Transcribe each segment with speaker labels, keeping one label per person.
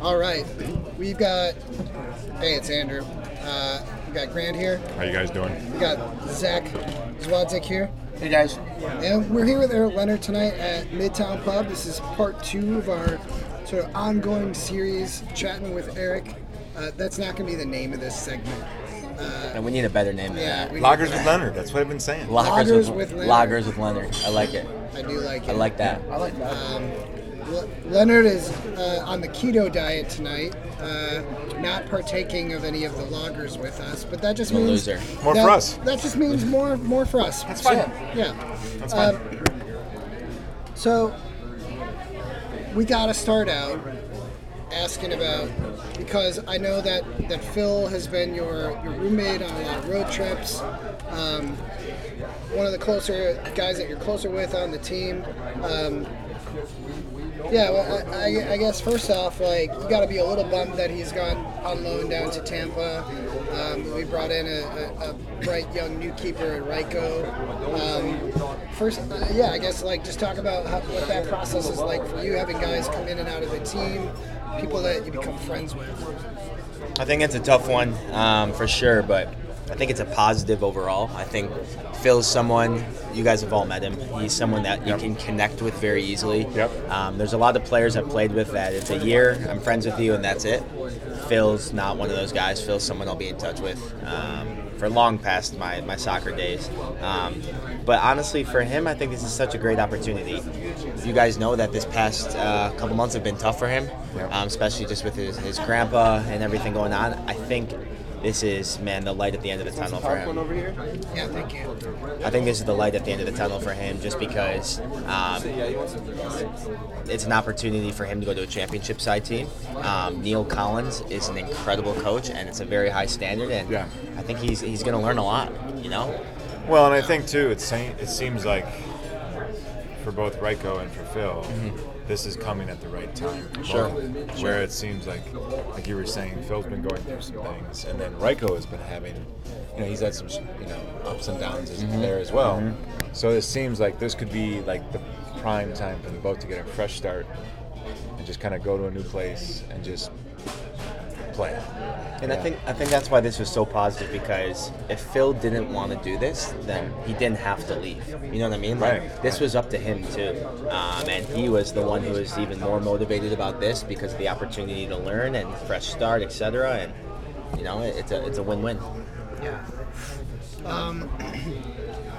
Speaker 1: All right, we've got. Hey, it's Andrew. Uh, we got Grant here.
Speaker 2: How you guys doing?
Speaker 1: We got Zach Zwadzik here.
Speaker 3: Hey guys.
Speaker 1: And we're here with Eric Leonard tonight at Midtown Pub. This is part two of our sort of ongoing series, chatting with Eric. Uh, that's not going to be the name of this segment.
Speaker 3: And we need a better name than
Speaker 1: Yeah,
Speaker 3: that.
Speaker 1: we-
Speaker 4: Loggers with Leonard. That's what I've been saying.
Speaker 1: Loggers with Leonard.
Speaker 3: Leonard. Loggers with Leonard. I like it.
Speaker 1: I do like it.
Speaker 3: I like that.
Speaker 1: I like that. Um, Le- Leonard is uh, on the keto diet tonight, uh, not partaking of any of the loggers with us, but that just
Speaker 3: I'm a
Speaker 1: means
Speaker 3: loser.
Speaker 4: More
Speaker 1: that-
Speaker 4: for us.
Speaker 1: That just means more, more for us. That's
Speaker 4: fine.
Speaker 1: yeah. Um,
Speaker 4: That's fine.
Speaker 1: So we got to start out asking about because I know that that Phil has been your your roommate on a lot of road trips. Um, one of the closer guys that you're closer with on the team. Um, yeah, well, I, I, I guess first off, like you got to be a little bummed that he's gone on loan down to Tampa. Um, we brought in a, a, a bright young new keeper in Ryko. Um, first, uh, yeah, I guess like just talk about how, what that process is like for you, having guys come in and out of the team, people that you become friends with.
Speaker 3: I think it's a tough one um, for sure, but I think it's a positive overall. I think Phil's someone you guys have all met him. He's someone that you can connect with very easily.
Speaker 2: Yep.
Speaker 3: Um, there's a lot of players I've played with that it's a year, I'm friends with you, and that's it. Phil's not um, one of those guys. Phil's someone I'll be in touch with um, for long past my, my soccer days. Um, but honestly, for him, I think this is such a great opportunity. You guys know that this past uh, couple months have been tough for him, um, especially just with his, his grandpa and everything going on. I think this is, man, the light at the end of the tunnel for him.
Speaker 1: Yeah, thank you.
Speaker 3: I think this is the light at the end of the tunnel for him, just because um, it's an opportunity for him to go to a championship side team. Um, Neil Collins is an incredible coach, and it's a very high standard, and
Speaker 2: Yeah.
Speaker 3: I think he's he's going to learn a lot. You know,
Speaker 4: Well, and I think too, it, se- it seems like for both Ryko and for Phil,
Speaker 2: Mm-hmm.
Speaker 4: this is coming at the right time. for both
Speaker 3: Sure.
Speaker 4: of them, Where it seems like, like you were saying, Phil's been going through some things, and then Ryko has been having, you know, he's had some, you know, ups and downs as-
Speaker 2: Mm-hmm.
Speaker 4: there as well. So it seems like this could be like the prime time for them both to get a fresh start and just kind of go to a new place and just play.
Speaker 3: and I
Speaker 4: Yeah.
Speaker 3: think I think that's why this was so positive because if Phil didn't want to do this, then he didn't have to leave. You know what I mean? Like
Speaker 4: Right.
Speaker 3: this was up to him too, um, and he was the one who was even more motivated about this because of the opportunity to learn and fresh start, etc. And you know, it- it's a it's a win-win.
Speaker 1: Yeah. Um,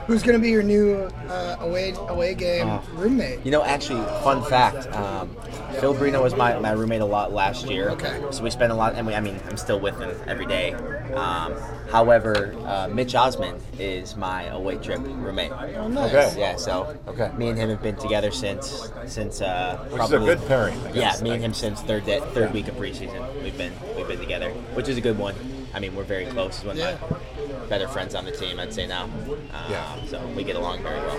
Speaker 1: who's going to be your new uh, away away game roommate?
Speaker 3: Uh-huh. You know, actually, fun fact. Um, Phil Brino was my, my roommate a lot last year.
Speaker 1: Okay.
Speaker 3: So we spent a lot, and we, I mean, I'm still with him every day. Um, however, uh, Mitch Osman is my away trip roommate.
Speaker 1: Oh, nice.
Speaker 4: Okay.
Speaker 3: Yeah, so
Speaker 4: Okay.
Speaker 3: me and him have been together since since uh,
Speaker 4: Which is a
Speaker 3: probably-
Speaker 4: good pairing. I
Speaker 3: Yeah,
Speaker 4: guess.
Speaker 3: me and him since third day, third week of preseason, we've been we've been together, which is a good one. I mean, we're very close. He's one of my better friends on the team, I'd say now. Um,
Speaker 4: Yeah.
Speaker 3: So we get along very well.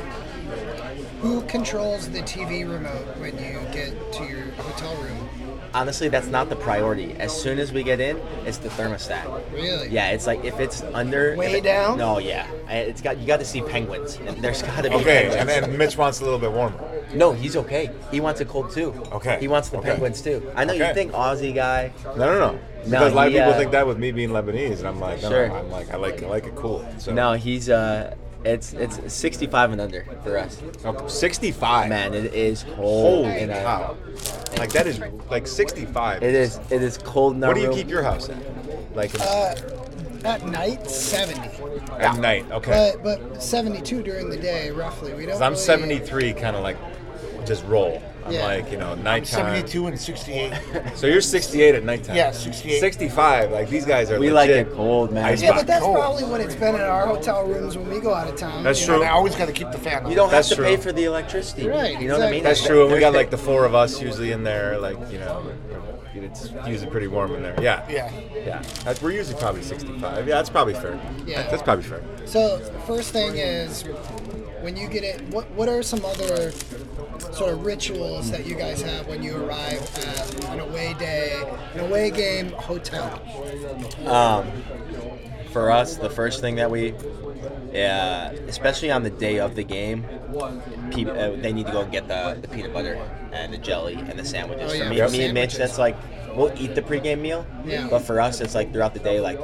Speaker 1: Who controls the TV remote when you get to your hotel room?
Speaker 3: Honestly, that's not the priority. As soon as we get in, it's the thermostat.
Speaker 1: Really?
Speaker 3: Yeah, it's like if it's under if
Speaker 1: Way
Speaker 3: it-
Speaker 1: down?
Speaker 3: No, yeah, I- it's got you got to see penguins. There's got to be
Speaker 4: Okay, and
Speaker 3: penguins.
Speaker 4: then Mitch wants a little bit warmer.
Speaker 3: no, he's okay. He wants a cold too.
Speaker 4: Okay,
Speaker 3: He wants the
Speaker 4: okay.
Speaker 3: penguins too. I know you
Speaker 4: Okay.
Speaker 3: think Aussie guy.
Speaker 4: No, no, no.
Speaker 3: No,
Speaker 4: Because a lot of
Speaker 3: he,
Speaker 4: people
Speaker 3: uh,
Speaker 4: think that with me being Lebanese, and I'm like, no,
Speaker 3: Sure.
Speaker 4: no, I'm like, I like, I like it cool. So
Speaker 3: No, he's uh, it's it's 65 and under for us.
Speaker 4: Oh, 65.
Speaker 3: Man, it is cold.
Speaker 4: holy
Speaker 3: in our-
Speaker 4: cow! Like that is like 65.
Speaker 3: It is it is cold in our
Speaker 4: What do you
Speaker 3: room.
Speaker 4: keep your house at? Like in-
Speaker 1: Uh, at night, 70.
Speaker 4: at night? Okay.
Speaker 1: But but 72 during the day, roughly. We don't.
Speaker 4: 'Cause I'm
Speaker 1: really-
Speaker 4: 73, kind of like just roll. I'm
Speaker 1: Yeah.
Speaker 4: like, you know, nighttime.
Speaker 5: 72 and 68.
Speaker 4: So you're 68 at nighttime.
Speaker 5: Yeah, 68.
Speaker 4: 65. Like these guys are.
Speaker 3: We like
Speaker 4: legit
Speaker 3: it cold, man.
Speaker 4: Ice
Speaker 1: Yeah, but
Speaker 4: box.
Speaker 1: that's
Speaker 5: Cold.
Speaker 1: probably what it's been in our hotel rooms when we go out of town.
Speaker 4: That's
Speaker 1: you
Speaker 4: true.
Speaker 5: and I always got to keep the fan on.
Speaker 3: You don't
Speaker 4: That's
Speaker 3: have to pay
Speaker 4: true.
Speaker 3: for the electricity.
Speaker 1: Right,
Speaker 3: You know what I
Speaker 1: exactly.
Speaker 3: mean?
Speaker 4: That's true. And we got like the four of us usually in there. Like you know, it's usually pretty warm in there. Yeah.
Speaker 5: Yeah.
Speaker 4: Yeah, that's, we're usually probably 65. Yeah, that's probably fair.
Speaker 1: Yeah.
Speaker 4: that's probably fair.
Speaker 1: So first thing is, when you get it, what what are some other sort of rituals that you guys have when you arrive at an away day, an away game hotel?
Speaker 3: Um, for us, the first thing that we, yeah, especially on the day of the game, peop uh, they need to go and get the, the peanut butter and the jelly and the sandwiches.
Speaker 1: Oh, yeah,
Speaker 3: For me,
Speaker 1: Yep.
Speaker 3: me and Mitch,
Speaker 1: sandwiches.
Speaker 3: that's like we'll eat the pregame meal,
Speaker 1: Yeah.
Speaker 3: but for us, it's like throughout the day, like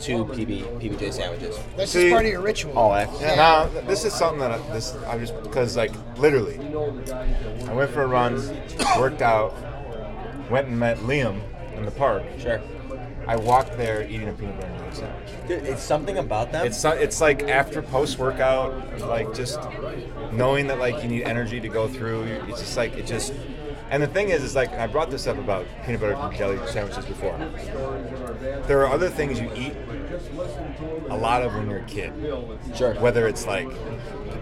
Speaker 3: two PB PBJ sandwiches.
Speaker 1: That's
Speaker 4: See-
Speaker 1: just part of your ritual.
Speaker 3: Oh, I-
Speaker 1: Yeah.
Speaker 4: Now, this is something that I, this I just because like literally, I went for a run, worked out, went and met Liam in the park.
Speaker 3: sure.
Speaker 4: I walked there eating a peanut butter and jelly sandwich.
Speaker 3: Dude, it's something about them.
Speaker 4: It's so- it's like after post workout, like just knowing that like you need energy to go through. It's just like it just. And the thing is, is like I brought this up about peanut butter and jelly sandwiches before. There are other things you eat a lot of when you're a kid
Speaker 3: sure.
Speaker 4: whether it's like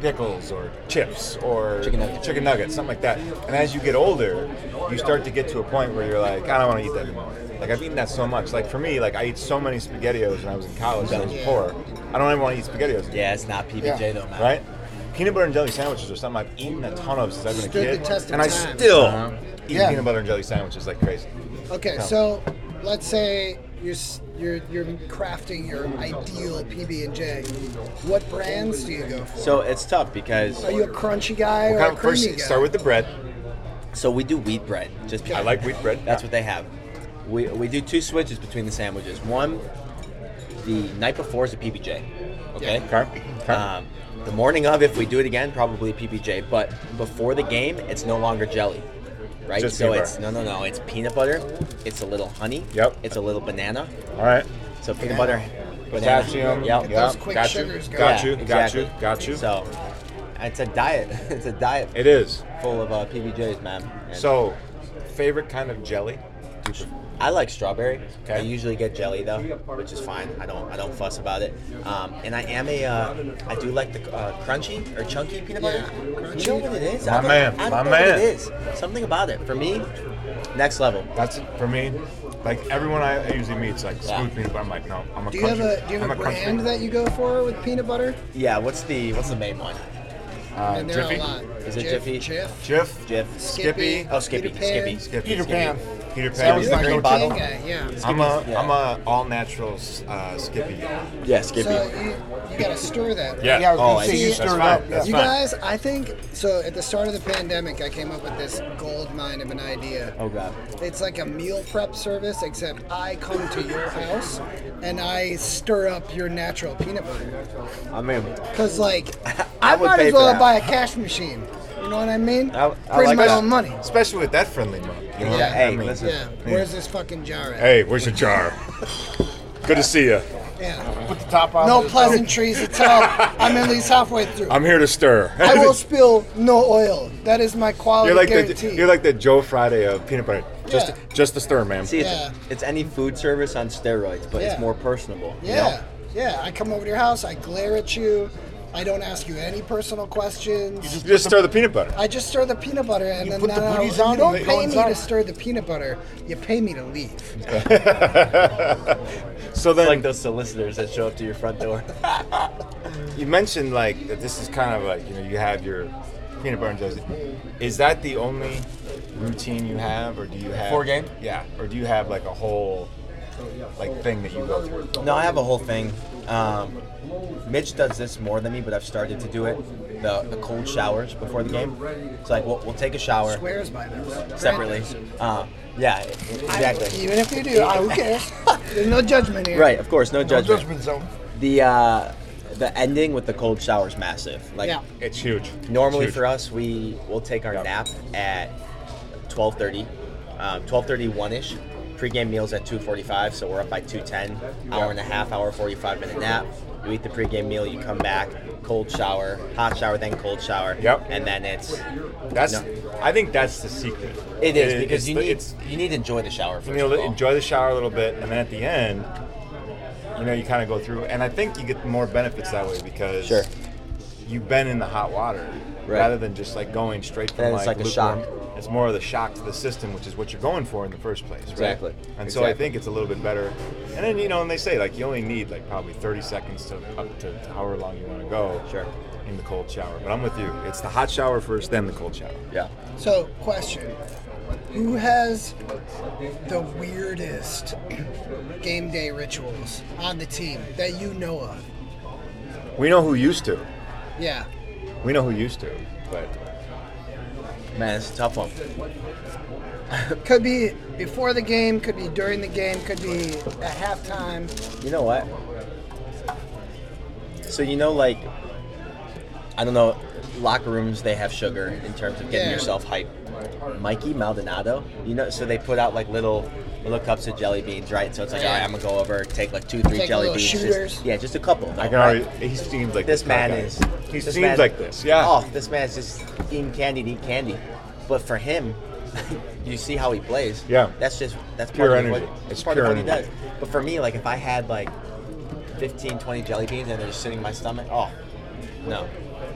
Speaker 4: pickles or chips or
Speaker 3: Chicken nuggets.
Speaker 4: chicken nuggets, something like that. And as you get older, you start to get to a point where you're like, I don't want to eat that anymore. Like I've eaten that so much. Like for me, like I eat so many SpaghettiOs when I was in college and I was poor. I don't ever want to eat SpaghettiOs. anymore,
Speaker 3: yeah, it's not PBJ
Speaker 1: Yeah.
Speaker 3: though, man.
Speaker 4: Right? Peanut butter and jelly sandwiches are something I've eaten a ton of since I've been
Speaker 1: Stood the
Speaker 4: a kid,
Speaker 1: test of
Speaker 4: and I
Speaker 1: time.
Speaker 4: still
Speaker 3: Uh-huh.
Speaker 4: eat
Speaker 1: Yeah.
Speaker 4: peanut butter and jelly sandwiches like crazy.
Speaker 1: Okay,
Speaker 4: No.
Speaker 1: so let's say you're s- you're you're crafting your ideal PB and J. What brands do you go for?
Speaker 3: So it's tough because
Speaker 1: Are you a crunchy guy or
Speaker 4: Kind
Speaker 1: a
Speaker 4: of
Speaker 1: creamy
Speaker 4: first,
Speaker 1: guy?
Speaker 4: start with the bread.
Speaker 3: so we do wheat bread. Just
Speaker 4: I like wheat bread.
Speaker 3: That's what they have. We, we do two switches between the sandwiches. One, the night before is a PBJ. Okay.
Speaker 4: Okay. Okay.
Speaker 3: Um, the morning of, if we do it again, probably PBJ. But before the game, it's no longer jelly, right?
Speaker 4: Just
Speaker 3: so
Speaker 4: peanut
Speaker 3: it's no, no, no. It's peanut butter. It's a little honey.
Speaker 4: Yep.
Speaker 3: It's a little banana.
Speaker 4: All right.
Speaker 3: So peanut butter, banana.
Speaker 4: Potassium.
Speaker 3: Yep.
Speaker 1: Get those
Speaker 4: Yep.
Speaker 1: quick
Speaker 4: Got you.
Speaker 1: sugars going.
Speaker 4: Got you.
Speaker 3: Yeah,
Speaker 4: Got
Speaker 3: exactly.
Speaker 4: you. Got you.
Speaker 3: So it's a diet. It's a diet
Speaker 4: It is.
Speaker 3: full of uh, PBJs, man. And
Speaker 4: So, favorite kind of jelly?
Speaker 3: I like strawberry.
Speaker 4: Okay.
Speaker 3: I usually get jelly though, which is fine. I don't I don't fuss about it. Um, and I am a uh, I do like the uh, crunchy or chunky peanut butter.
Speaker 1: Yeah,
Speaker 3: You know what it is?
Speaker 4: My
Speaker 3: I don't-
Speaker 4: man,
Speaker 3: I don't
Speaker 4: my
Speaker 3: know what
Speaker 4: man.
Speaker 3: It is something about it for me. Next level.
Speaker 4: That's it for me. Like everyone I I usually meet, it's like
Speaker 3: Yeah.
Speaker 4: smooth peanut butter. I'm like, no, I'm a
Speaker 1: Do you have
Speaker 4: country.
Speaker 1: a do you have
Speaker 4: I'm
Speaker 1: a
Speaker 4: country.
Speaker 1: brand that you go for with peanut butter?
Speaker 3: Yeah. What's the what's the main one?
Speaker 4: Uh,
Speaker 1: and there are a
Speaker 4: Jiffy,
Speaker 1: lot.
Speaker 3: Is it Jiffy?
Speaker 1: Jiff.
Speaker 4: Jiff,
Speaker 3: Jif.
Speaker 4: Skippy.
Speaker 3: Oh, Skippy.
Speaker 1: Peter Pan.
Speaker 3: Skippy.
Speaker 4: Skippy,
Speaker 5: Peter
Speaker 4: Skippy.
Speaker 5: Pan.
Speaker 4: Peter
Speaker 3: That
Speaker 4: Pan.
Speaker 3: was
Speaker 1: You're
Speaker 3: the
Speaker 1: a
Speaker 3: green
Speaker 1: Peter
Speaker 3: bottle.
Speaker 1: Pan guy, yeah.
Speaker 4: I'm a
Speaker 3: yeah.
Speaker 4: am a all natural uh, Skippy. guy.
Speaker 3: Yeah, Skippy.
Speaker 1: So you, you gotta stir that.
Speaker 4: Yeah.
Speaker 5: Yeah, I was
Speaker 3: Oh,
Speaker 5: gonna
Speaker 3: I
Speaker 5: say
Speaker 1: see.
Speaker 5: you
Speaker 1: That's
Speaker 5: stirred
Speaker 4: fine.
Speaker 5: up. Yeah.
Speaker 4: That's
Speaker 1: You
Speaker 4: fine.
Speaker 1: guys, I think so. At the start of the pandemic, I came up with this gold mine of an idea.
Speaker 3: oh god.
Speaker 1: It's like a meal prep service, except I come to your house and I stir up your natural peanut butter.
Speaker 3: I mean,
Speaker 1: Cause like, I,
Speaker 3: I would
Speaker 1: might
Speaker 3: pay
Speaker 1: as
Speaker 3: for
Speaker 1: well
Speaker 3: that.
Speaker 1: buy a cash machine. You know what I mean?
Speaker 3: I- I
Speaker 1: Print
Speaker 3: like
Speaker 1: my
Speaker 3: that.
Speaker 1: own money.
Speaker 4: Especially with that friendly mug. You know?
Speaker 3: Yeah, hey,
Speaker 4: I mean,
Speaker 3: listen.
Speaker 1: Yeah. Where's this fucking jar at?
Speaker 4: Hey, where's your jar? Good to see you.
Speaker 1: Yeah.
Speaker 5: Put the top on.
Speaker 1: No
Speaker 5: the-
Speaker 1: pleasantries at all. I'm at least halfway through.
Speaker 4: I'm here to stir.
Speaker 1: I will spill no oil. That is my quality
Speaker 4: you're like
Speaker 1: Oh, guarantee.
Speaker 4: the you're like the Joe Friday of peanut butter. Just
Speaker 1: Yeah.
Speaker 4: just the stir, man.
Speaker 3: see, it's,
Speaker 1: Yeah.
Speaker 3: it's any food service on steroids, but
Speaker 1: Yeah.
Speaker 3: it's more personable. you know?
Speaker 1: yeah. Yeah. I come over to your house. I glare at you. I don't ask you any personal questions.
Speaker 4: You just stir the peanut butter.
Speaker 1: I just stir the peanut butter and
Speaker 5: You
Speaker 1: then
Speaker 5: put the
Speaker 1: now-
Speaker 5: booties
Speaker 1: you
Speaker 5: on
Speaker 1: don't
Speaker 5: and they go
Speaker 1: pay me to
Speaker 5: inside.
Speaker 1: stir the peanut butter. You pay me to leave.
Speaker 4: So
Speaker 3: It's
Speaker 4: then
Speaker 3: like those solicitors that show up to your front door.
Speaker 4: You mentioned like that this is kind of like you know you have your peanut butter and jelly. Is that the only routine you have, or do you have
Speaker 3: Before game?
Speaker 4: Yeah, or do you have like a whole like thing that you go through?
Speaker 3: No, I have a whole thing. Um, Mitch does this more than me, but I've started to do it. The, the cold showers before the game. It's like we'll, we'll take a shower
Speaker 1: Swears by this.
Speaker 3: separately. Uh, yeah, exactly.
Speaker 1: Even if you do, I, who cares? There's no judgment here.
Speaker 3: Right, of course, no
Speaker 5: No
Speaker 3: judgment.
Speaker 5: judgment zone.
Speaker 3: The uh, the ending with the cold shower is massive. Like
Speaker 1: Yeah.
Speaker 4: It's huge.
Speaker 3: normally
Speaker 4: It's huge.
Speaker 3: for us, we will take our
Speaker 4: Yeah.
Speaker 3: nap at 12:30, um, 12:30 one ish. Pre-game meals at 2:45, so we're up by 2:10. Hour and a half, hour 45 minute nap. You eat the pre-game meal, you come back, cold shower, hot shower, then cold shower.
Speaker 4: Yep.
Speaker 3: And then it's
Speaker 4: That's
Speaker 3: No.
Speaker 4: I think that's the secret.
Speaker 3: it is
Speaker 4: It-
Speaker 3: because
Speaker 4: it's
Speaker 3: you
Speaker 4: the-
Speaker 3: need
Speaker 4: it's
Speaker 3: you need to enjoy the shower. First
Speaker 4: you know
Speaker 3: of all.
Speaker 4: enjoy the shower a little bit, and then at the end, you know you kind of go through, and I think you get more benefits that way because
Speaker 3: Sure.
Speaker 4: you've been in the hot water
Speaker 3: Right.
Speaker 4: rather than just like going straight from
Speaker 3: Then it's like a shock.
Speaker 4: lukewarm- It's more of the shock to the system, which is what you're going for in the first place. right?
Speaker 3: Exactly.
Speaker 4: And so I
Speaker 3: Exactly.
Speaker 4: think it's a little bit better. And then you know, and they say like you only need like probably 30 seconds to up to, to however long you want to go.
Speaker 3: Sure.
Speaker 4: In the cold shower, but I'm with you. It's the hot shower first, then the cold shower.
Speaker 3: Yeah.
Speaker 1: So, question: Who has the weirdest game day rituals on the team that you know of?
Speaker 4: We know who used to.
Speaker 1: Yeah.
Speaker 4: We know who used to, but
Speaker 3: Man, it's a tough one.
Speaker 1: Could be before the game, could be during the game, could be at halftime.
Speaker 3: You know what? So you know, like, I don't know, locker rooms they have sugar in terms of getting
Speaker 1: Yeah.
Speaker 3: yourself hype. Mikey Maldonado, you know, so they put out like little little cups of jelly beans, right? So it's like, all right, I'm gonna go over, take like two, three
Speaker 1: Take
Speaker 3: jelly
Speaker 1: little
Speaker 3: beans. just-
Speaker 1: shooters.
Speaker 3: yeah, just a couple. though,
Speaker 4: I can
Speaker 3: right?
Speaker 4: already. He seems like
Speaker 3: This man
Speaker 4: guy.
Speaker 3: is.
Speaker 4: He
Speaker 3: this
Speaker 4: seems
Speaker 3: man-
Speaker 4: like this. Yeah.
Speaker 3: Oh, this man's just eating candy, to eat candy. But for him, you see how he plays.
Speaker 4: Yeah.
Speaker 3: That's just that's
Speaker 4: Pure
Speaker 3: part Of
Speaker 4: energy.
Speaker 3: what,
Speaker 4: It's
Speaker 3: that's part
Speaker 4: pure
Speaker 3: of what he does.
Speaker 4: energy.
Speaker 3: But for me, like if I had like 15, 20 jelly beans and they're just sitting in my stomach, oh, no,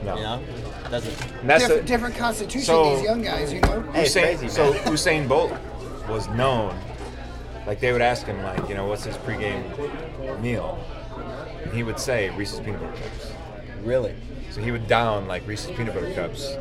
Speaker 4: No.
Speaker 3: you know, doesn't.
Speaker 4: And that's
Speaker 1: different,
Speaker 4: the-
Speaker 1: different constitution,
Speaker 4: so-
Speaker 1: these young guys, you know?
Speaker 3: Hey, it's
Speaker 4: Usain-
Speaker 3: crazy,
Speaker 4: so
Speaker 3: man.
Speaker 4: Usain Bolt was known. Like they would ask him, like, you know, what's his pregame meal? And he would say Reese's peanut butter cups.
Speaker 3: Really,
Speaker 4: So he would down like Reese's peanut butter cups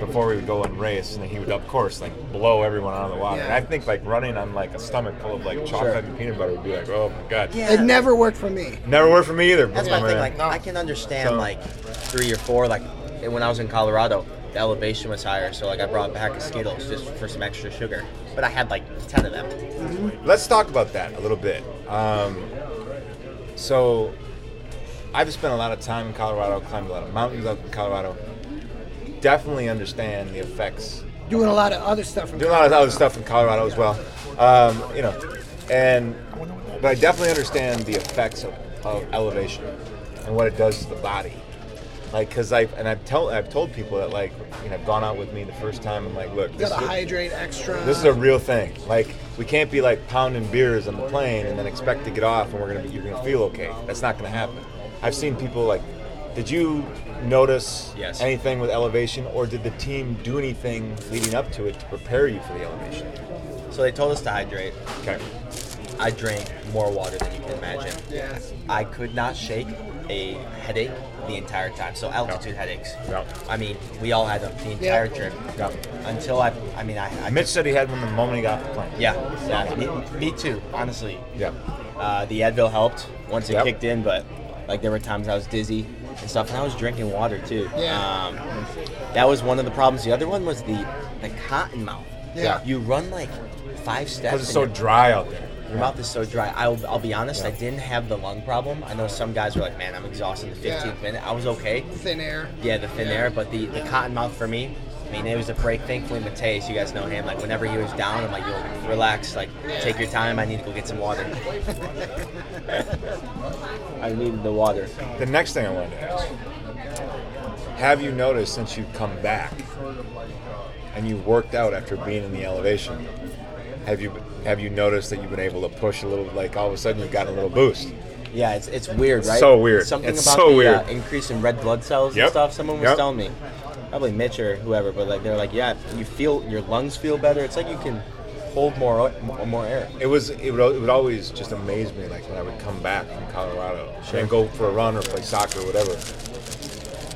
Speaker 4: before we would go and race, and then he would, of course, like blow everyone out of the water.
Speaker 1: Yeah.
Speaker 4: And I think like running on like a stomach full of like chocolate and peanut butter would be like, oh my god.
Speaker 3: Yeah.
Speaker 1: It never worked for me.
Speaker 4: Never worked for me either.
Speaker 3: that's
Speaker 4: Yeah,
Speaker 3: my thing.
Speaker 4: man.
Speaker 3: Like I can understand
Speaker 4: So-
Speaker 3: like three or four. Like when I was in Colorado, the elevation was higher, so like I brought back a Skittles just for some extra sugar. But I had like ten of them.
Speaker 4: Let's talk about that a little bit. Um, so, I've spent a lot of time in Colorado, climbed a lot of mountains up in Colorado. Definitely understand the effects.
Speaker 1: Doing a lot of other stuff. From
Speaker 4: Do a lot of other stuff in Colorado as well, um, you know, and but I definitely understand the effects of, of elevation and what it does to the body. Like, cause I and I've tell I've told people that like you know have gone out with me the first time. I'm like, look,
Speaker 1: you
Speaker 4: this
Speaker 1: gotta
Speaker 4: is-
Speaker 1: hydrate extra.
Speaker 4: this is a real thing. Like we can't be like pounding beers on the plane and then expect to get off and we're gonna be, you're gonna feel okay. That's not gonna happen. I've seen people like. Did you notice
Speaker 3: Yes.
Speaker 4: anything with elevation, or did the team do anything leading up to it to prepare you for the elevation?
Speaker 3: So they told us to hydrate.
Speaker 4: Okay.
Speaker 3: I drank more water than you can imagine.
Speaker 1: yeah.
Speaker 3: I could not shake a headache the entire time. So altitude headaches.
Speaker 4: Yeah.
Speaker 3: I mean, we all had them the entire
Speaker 1: Yeah.
Speaker 3: trip. Until I, I mean, I, I
Speaker 4: Mitch said he had one the moment he got off the plane.
Speaker 3: yeah, yeah. Me, me too, honestly.
Speaker 4: Yeah.
Speaker 3: Uh, the Advil helped once it
Speaker 4: Yep.
Speaker 3: kicked in, but like there were times I was dizzy and stuff, and I was drinking water too.
Speaker 1: Yeah.
Speaker 3: Um, that was one of the problems. The other one was the the cotton mouth.
Speaker 1: Yeah.
Speaker 3: You run like five steps.
Speaker 4: Because it's
Speaker 3: and
Speaker 4: so
Speaker 3: you're
Speaker 4: dry out there.
Speaker 3: Your mouth is so dry. I'll, I'll be honest, I didn't have the lung problem. I know some guys were like, man, I'm exhausted in the 15th
Speaker 1: Yeah.
Speaker 3: minute. I was okay.
Speaker 1: Thin air.
Speaker 3: Yeah, the thin
Speaker 1: Yeah.
Speaker 3: air, but the, the cotton mouth for me, I mean, it was a break. Thankfully, Mateus, you guys know him. Like, whenever he was down, I'm like, yo, relax. Like, take your time. I need to go get some water. I needed the water.
Speaker 4: The next thing I wanted to ask Have you noticed since you've come back and you worked out after being in the elevation? Have you have you noticed that you've been able to push a little? Like all of a sudden you've got a little boost.
Speaker 3: Yeah, it's, it's weird, right?
Speaker 4: so weird.
Speaker 3: Something
Speaker 4: It's
Speaker 3: about
Speaker 4: so
Speaker 3: the
Speaker 4: weird.
Speaker 3: Uh, increase in red blood cells and
Speaker 4: Yep.
Speaker 3: stuff. Someone was
Speaker 4: Yep.
Speaker 3: telling me, probably Mitch or whoever, but like they're like, yeah, you feel your lungs feel better. It's like you can hold more o- more, more air.
Speaker 4: It was it would, al- it would always just amaze me like when I would come back from Colorado
Speaker 3: Sure.
Speaker 4: and go for a run or play soccer or whatever.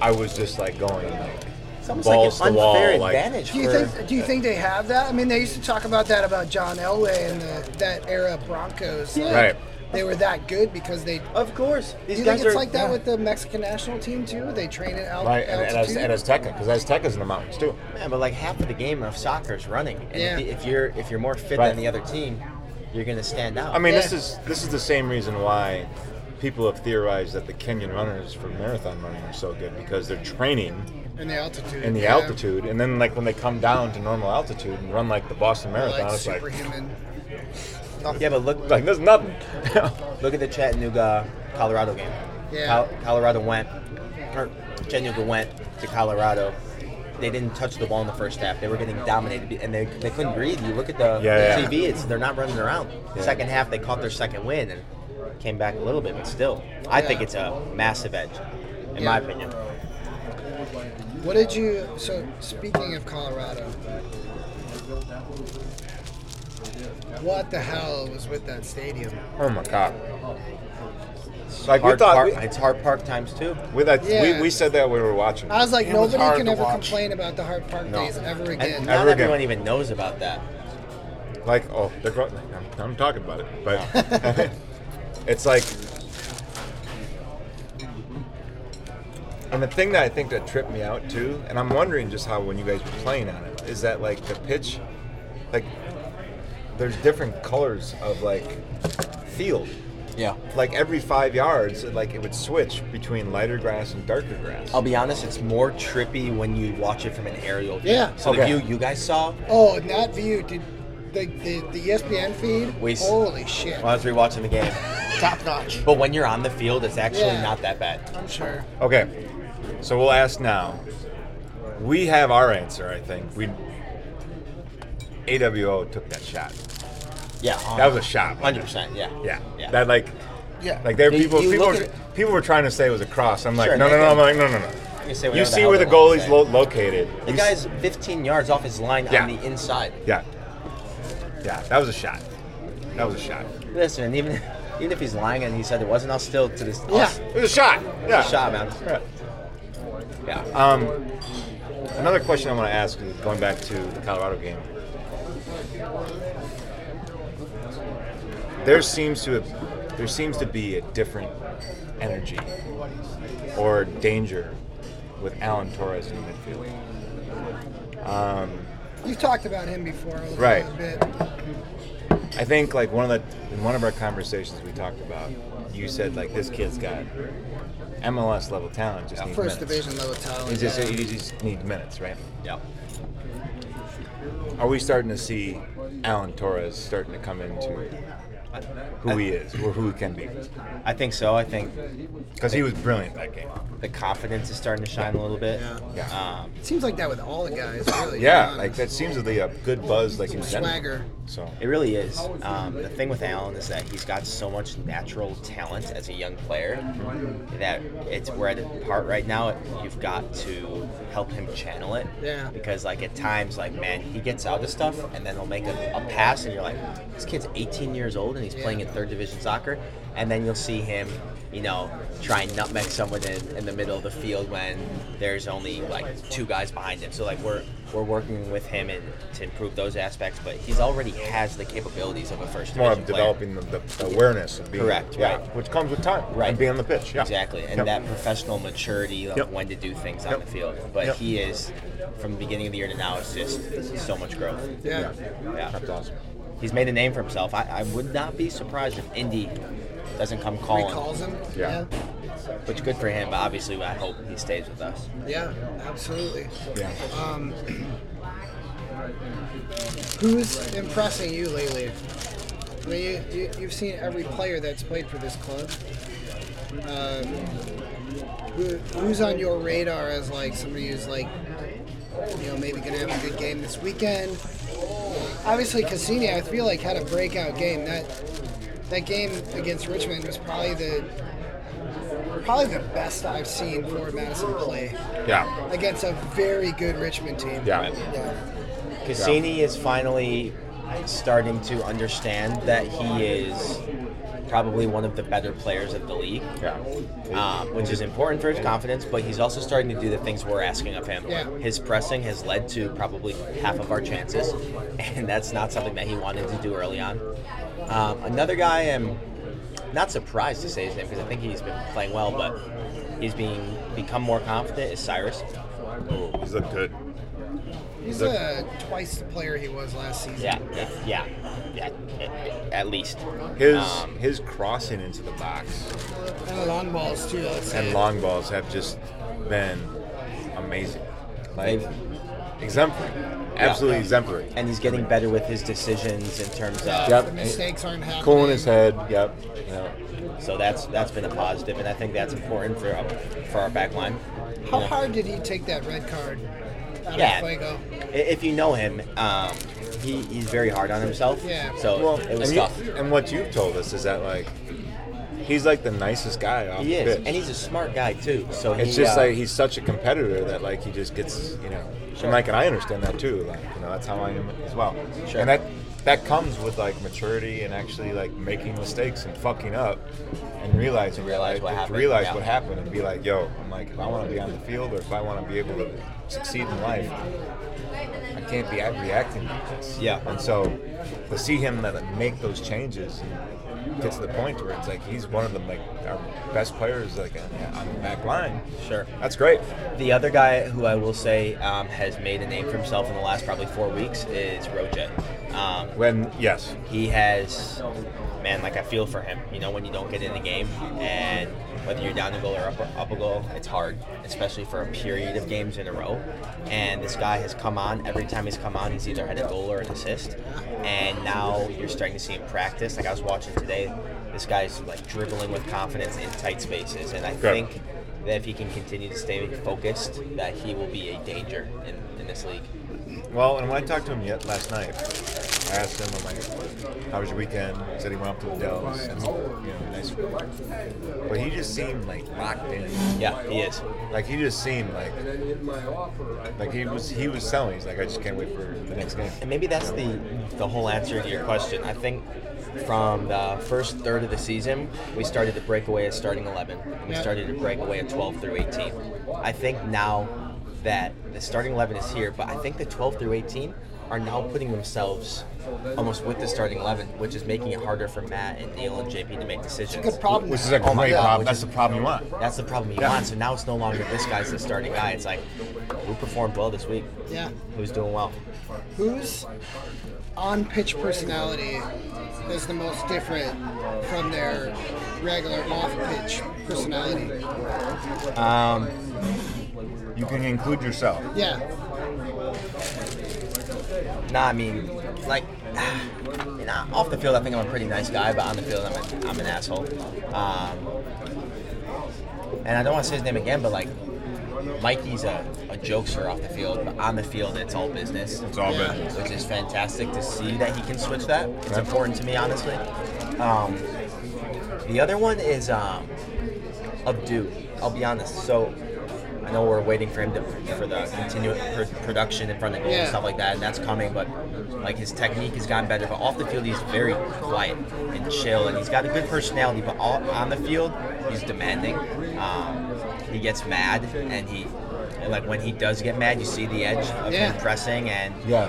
Speaker 4: I was just like going like
Speaker 3: It's almost
Speaker 4: balls
Speaker 3: like
Speaker 4: to
Speaker 3: an
Speaker 4: the wall,
Speaker 3: unfair
Speaker 4: like-
Speaker 3: advantage.
Speaker 1: Do you
Speaker 3: for,
Speaker 1: think? Do you think they have that? I mean, they used to talk about that about John Elway and the, that era Broncos. Like,
Speaker 4: Right.
Speaker 1: They were that good because they.
Speaker 3: Of course, these
Speaker 1: Do you
Speaker 3: guys
Speaker 1: think it's
Speaker 3: are
Speaker 1: like that
Speaker 3: yeah.
Speaker 1: with the Mexican national team too? They train at al-
Speaker 4: right and, and, Az-
Speaker 1: altitude.
Speaker 4: and Azteca because Azteca's in the mountains too.
Speaker 3: Yeah, but like half of the game of soccer is running, and
Speaker 1: Yeah.
Speaker 3: if, if you're if you're more fit
Speaker 4: Right.
Speaker 3: than the other team, you're gonna stand out.
Speaker 4: I mean,
Speaker 1: Yeah.
Speaker 4: this is this is the same reason why people have theorized that the Kenyan runners for marathon running are so good because they're training
Speaker 1: in the altitude.
Speaker 4: in the
Speaker 1: yeah.
Speaker 4: altitude, and then like when they come down to normal altitude and run like the Boston Marathon,
Speaker 1: Like
Speaker 4: it's like
Speaker 1: superhuman.
Speaker 3: yeah, but look
Speaker 4: like there's nothing.
Speaker 3: look at the Chattanooga, Colorado game.
Speaker 1: Yeah.
Speaker 3: Col- Colorado went, or Chattanooga went to Colorado. They didn't touch the ball in the first half. They were getting dominated, and they, they couldn't breathe. You look at the,
Speaker 4: Yeah,
Speaker 3: the
Speaker 4: yeah.
Speaker 3: TV; it's they're not running around.
Speaker 4: Yeah.
Speaker 3: Second half, they caught their second win and came back a little bit, but still, I think
Speaker 1: Yeah.
Speaker 3: it's a massive edge, in
Speaker 1: Yeah.
Speaker 3: my opinion.
Speaker 1: What did you? So speaking of Colorado, what the hell was with that stadium?
Speaker 4: oh my god! Like we
Speaker 3: Hard
Speaker 4: thought,
Speaker 3: park-
Speaker 4: we,
Speaker 3: it's hard park times two.
Speaker 4: we, that,
Speaker 1: Yeah.
Speaker 4: we, we said that when we were watching.
Speaker 1: I was like,
Speaker 5: It was
Speaker 1: nobody
Speaker 5: hard
Speaker 1: can
Speaker 5: to
Speaker 1: ever
Speaker 5: watch.
Speaker 1: complain about the Hard Park
Speaker 4: No.
Speaker 1: days ever
Speaker 3: And
Speaker 1: again.
Speaker 3: not
Speaker 4: Ever again.
Speaker 3: everyone even knows about that.
Speaker 4: like oh they're growing I'm, I'm talking about it but it's like and the thing that i think that tripped me out too and i'm wondering just how when you guys were playing on it is that like the pitch like there's different colors of like field.
Speaker 3: Yeah.
Speaker 4: Like every five yards, like it would switch between lighter grass and darker grass.
Speaker 3: I'll be honest, it's more trippy when you watch it from an aerial view.
Speaker 1: Yeah.
Speaker 3: So
Speaker 4: Okay.
Speaker 3: the view you guys saw,
Speaker 1: Oh, and that view, did the, the, the E ESPN feed?
Speaker 3: We s-
Speaker 1: Holy shit.
Speaker 3: when I was rewatching the game.
Speaker 1: Top notch.
Speaker 3: But when you're on the field, it's actually
Speaker 1: Yeah.
Speaker 3: not that bad.
Speaker 1: I'm sure.
Speaker 4: Okay, so we'll ask now. We have our answer, I think. We AWO took that shot.
Speaker 3: Yeah.
Speaker 4: That was a shot.
Speaker 3: Hundred
Speaker 4: wasn't it?
Speaker 3: percent. Yeah.
Speaker 4: Yeah.
Speaker 3: Yeah.
Speaker 4: That like,
Speaker 5: Yeah.
Speaker 4: like there were
Speaker 3: You-
Speaker 4: people.
Speaker 3: you
Speaker 4: people,
Speaker 3: look
Speaker 4: were,
Speaker 3: at-
Speaker 4: people were trying to say it was a cross. I'm like,
Speaker 3: Sure,
Speaker 4: no,
Speaker 3: they
Speaker 4: no, no. I'm
Speaker 3: can-
Speaker 4: like, no, no, no.
Speaker 3: can say whatever
Speaker 4: You
Speaker 3: the
Speaker 4: see
Speaker 3: hell
Speaker 4: where
Speaker 3: they
Speaker 4: the
Speaker 3: wanna
Speaker 4: goalie's
Speaker 3: say.
Speaker 4: lo- located.
Speaker 3: The
Speaker 4: You
Speaker 3: guy's
Speaker 4: s-
Speaker 3: 15 yards off his line
Speaker 4: Yeah.
Speaker 3: on the inside.
Speaker 4: Yeah. Yeah. That was a shot. That was a shot.
Speaker 3: Listen, even even if he's lying and he said it wasn't, I'll still to this.
Speaker 1: Yeah.
Speaker 4: It was a shot. Yeah.
Speaker 3: I'll- shot, man.
Speaker 4: Yeah.
Speaker 3: Yeah.
Speaker 4: Um, another question I want to ask, is going back to the Colorado game, there seems to have, there seems to be a different energy or danger with Alan Torres in the midfield. Um,
Speaker 1: You've talked about him before a little
Speaker 4: Right.
Speaker 1: bit.
Speaker 4: I think like one of the in one of our conversations we talked about, you said like this kid's got MLS level talent, just needs
Speaker 1: First
Speaker 4: minutes.
Speaker 1: division level talent.
Speaker 4: He just,
Speaker 1: yeah.
Speaker 4: he just needs minutes, right?
Speaker 3: Yeah.
Speaker 4: Are we starting to see Alan Torres starting to come into who he is or who he can be?
Speaker 3: I think so. I think
Speaker 4: Because he was brilliant that game.
Speaker 3: the confidence is starting to shine a little bit.
Speaker 1: Yeah.
Speaker 4: Yeah.
Speaker 3: Um,
Speaker 1: Seems like that with all the guys, really. to be
Speaker 4: Yeah,
Speaker 1: honest.
Speaker 4: like that seems to be a good buzz, like in general.
Speaker 1: Swagger.
Speaker 4: So
Speaker 3: It really is. Um, the thing with Allen is that he's got so much natural talent as a young player that it's we're at a part right now. You've got to help him channel it.
Speaker 1: Yeah.
Speaker 3: Because like at times, like man, he gets out of stuff and then he'll make a, a pass, and you're like, this kid's 18 years old and he's
Speaker 1: Yeah.
Speaker 3: playing in third division soccer, and then you'll see him. You know, try and nutmeg someone in, in the middle of the field when there's only like two guys behind him. So like we're we're working with him and to improve those aspects, but he's already has the capabilities of a first
Speaker 4: it's more
Speaker 3: division
Speaker 4: of developing the, the awareness of being
Speaker 3: Correct,
Speaker 4: yeah,
Speaker 3: right.
Speaker 4: which comes with time,
Speaker 3: Right.
Speaker 4: And being on the pitch, yeah,
Speaker 3: player. Exactly, and
Speaker 4: Yep.
Speaker 3: that professional maturity of
Speaker 4: Yep.
Speaker 3: when to do things on
Speaker 4: Yep.
Speaker 3: the field. But
Speaker 4: Yep.
Speaker 3: he is, from the beginning of the year to now, it's just so much growth.
Speaker 1: Yeah.
Speaker 3: Yeah,
Speaker 4: That's awesome.
Speaker 3: he's made a name for himself. I, I would not be surprised if Indy doesn't come calling,
Speaker 1: Recalls him.
Speaker 4: Yeah.
Speaker 3: which good for him. But obviously, I hope he stays with us.
Speaker 1: Yeah. Yeah, absolutely.
Speaker 4: Yeah.
Speaker 1: Um, who's impressing you lately? I mean, you, you, you've seen every player that's played for this club. Um, who, who's on your radar as like somebody who's like, you know, maybe gonna have a good game this weekend? Obviously, Cassini, I feel like had a breakout game. That that game against Richmond was probably the probably the best I've seen for Madison play
Speaker 4: Yeah.
Speaker 1: against a very good Richmond team.
Speaker 4: Yeah.
Speaker 1: Yeah.
Speaker 3: Cassini is finally starting to understand that he is probably one of the better players of the league,
Speaker 4: Yeah.
Speaker 3: um, which is important for his confidence. But he's also starting to do the things we're asking of him.
Speaker 1: Yeah.
Speaker 3: His pressing has led to probably half of our chances, and that's not something that he wanted to do early on. Um, another guy I'm not surprised to say his name because I think he's been playing well, but he's being become more confident. Is Cyrus?
Speaker 4: Oh, he's looked good.
Speaker 1: He's
Speaker 4: Look.
Speaker 1: uh, twice the player he was last season.
Speaker 3: Yeah, yeah, yeah, yeah, at- at least.
Speaker 4: His
Speaker 3: Um,
Speaker 4: his crossing into the box
Speaker 1: And the long balls too. Let's say.
Speaker 4: and long balls have just been amazing, like
Speaker 3: They've-
Speaker 4: exemplary, absolutely exemplary.
Speaker 3: and he's getting better with his decisions in terms of.
Speaker 4: Yep.
Speaker 1: The mistakes aren't happening.
Speaker 4: Cool in his head. Yep. yep.
Speaker 3: So that's that's been a positive, and I think that's important for um, for our back line.
Speaker 1: How
Speaker 3: You know?
Speaker 1: hard did he take that red card out
Speaker 3: Yeah.
Speaker 1: of Fuego?
Speaker 3: I- If you know him, um, he, he's very hard on himself.
Speaker 1: Yeah.
Speaker 3: So
Speaker 4: Well,
Speaker 3: it was
Speaker 4: and, you-
Speaker 3: tough.
Speaker 4: and what you've told us is that like he's like the nicest guy off
Speaker 3: He
Speaker 4: the
Speaker 3: is,
Speaker 4: pitch.
Speaker 3: and he's a smart guy too. So
Speaker 4: it's
Speaker 3: he,
Speaker 4: just
Speaker 3: uh,
Speaker 4: like he's such a competitor that like he just gets you know.
Speaker 3: Sure.
Speaker 4: And like and I understand that too. Like you know that's how I am as well.
Speaker 3: Sure.
Speaker 4: And that that comes with like maturity and actually like making mistakes and fucking up and realizing
Speaker 3: Realize
Speaker 4: like,
Speaker 3: what
Speaker 4: to
Speaker 3: happened,
Speaker 4: Realize
Speaker 3: yeah.
Speaker 4: what happened and be like, yo, I'm like if I want to be on the field or if I want to be able to succeed in life, I can't be act- reacting like this.
Speaker 3: Yeah.
Speaker 4: And so to see him that make those changes and get to the point where it's like he's one of the like our best players like on the back line.
Speaker 3: Sure.
Speaker 4: That's great.
Speaker 3: The other guy who I will say um, has made a name for himself in the last probably four weeks is Rojet. Um,
Speaker 4: When yes,
Speaker 3: he has man like i feel for him you know when you don't get in the game and whether you're down a goal or up, up a goal it's hard especially for a period of games in a row and this guy has come on every time he's come on he's either had a goal or an assist and now you're starting to see him practice like i was watching today this guy's like dribbling with confidence in tight spaces and i
Speaker 4: Correct.
Speaker 3: think that if he can continue to stay focused that he will be a danger in, in this league
Speaker 4: Well, and when I talked to him yet last night, I asked him, I'm like, "How was your weekend?" He said he went up to the Dells, and you know, nice. But he just seemed like locked in.
Speaker 3: yeah he is
Speaker 4: Like he just seemed like, like he was he was selling. He's like, I just can't wait for the next game.
Speaker 3: And maybe that's the the whole answer to your question. I think from the first third of the season, we started to break away at starting eleven. We
Speaker 1: Yeah.
Speaker 3: started to break away at twelve through eighteen. I think now that the starting eleven is here, but I think the twelve through eighteen are now putting themselves almost with the starting eleven, which is making it harder for Matt and Neil and JP to make decisions.
Speaker 1: Good problem.
Speaker 4: Which is a great
Speaker 3: Oh God,
Speaker 4: problem.
Speaker 3: which
Speaker 4: That's
Speaker 3: is-
Speaker 4: the problem you want.
Speaker 3: That's the problem you
Speaker 4: Yeah.
Speaker 3: want. So now it's no longer this guy's the starting guy. It's like who performed well this week?
Speaker 1: Yeah.
Speaker 3: Who's doing well?
Speaker 1: Whose on pitch personality is the most different from their regular off pitch personality?
Speaker 3: Um,
Speaker 4: You can include yourself.
Speaker 1: Yeah.
Speaker 3: Nah, I mean, like, you know, off the field, I think I'm a pretty nice guy, but on the field, I'm, a, I'm an asshole. Um, and I don't want to say his name again, but like, Mikey's a, a jokester off the field, but on the field, it's all business.
Speaker 4: It's all
Speaker 1: Yeah.
Speaker 4: business.
Speaker 3: Which is fantastic to see that he can switch that. It's important to me, honestly. Um, the other one is um, Abdu. I'll be honest. So I know we're waiting for him to for the continued pr- production in front of goal
Speaker 1: Yeah.
Speaker 3: and stuff like that, and that's coming. But like his technique has gotten better. But off the field, he's very quiet and chill, and he's got a good personality. But all, on the field, he's demanding. Um, he gets mad, and he and like when he does get mad, you see the edge of him
Speaker 1: Yeah.
Speaker 3: pressing and
Speaker 4: Yeah,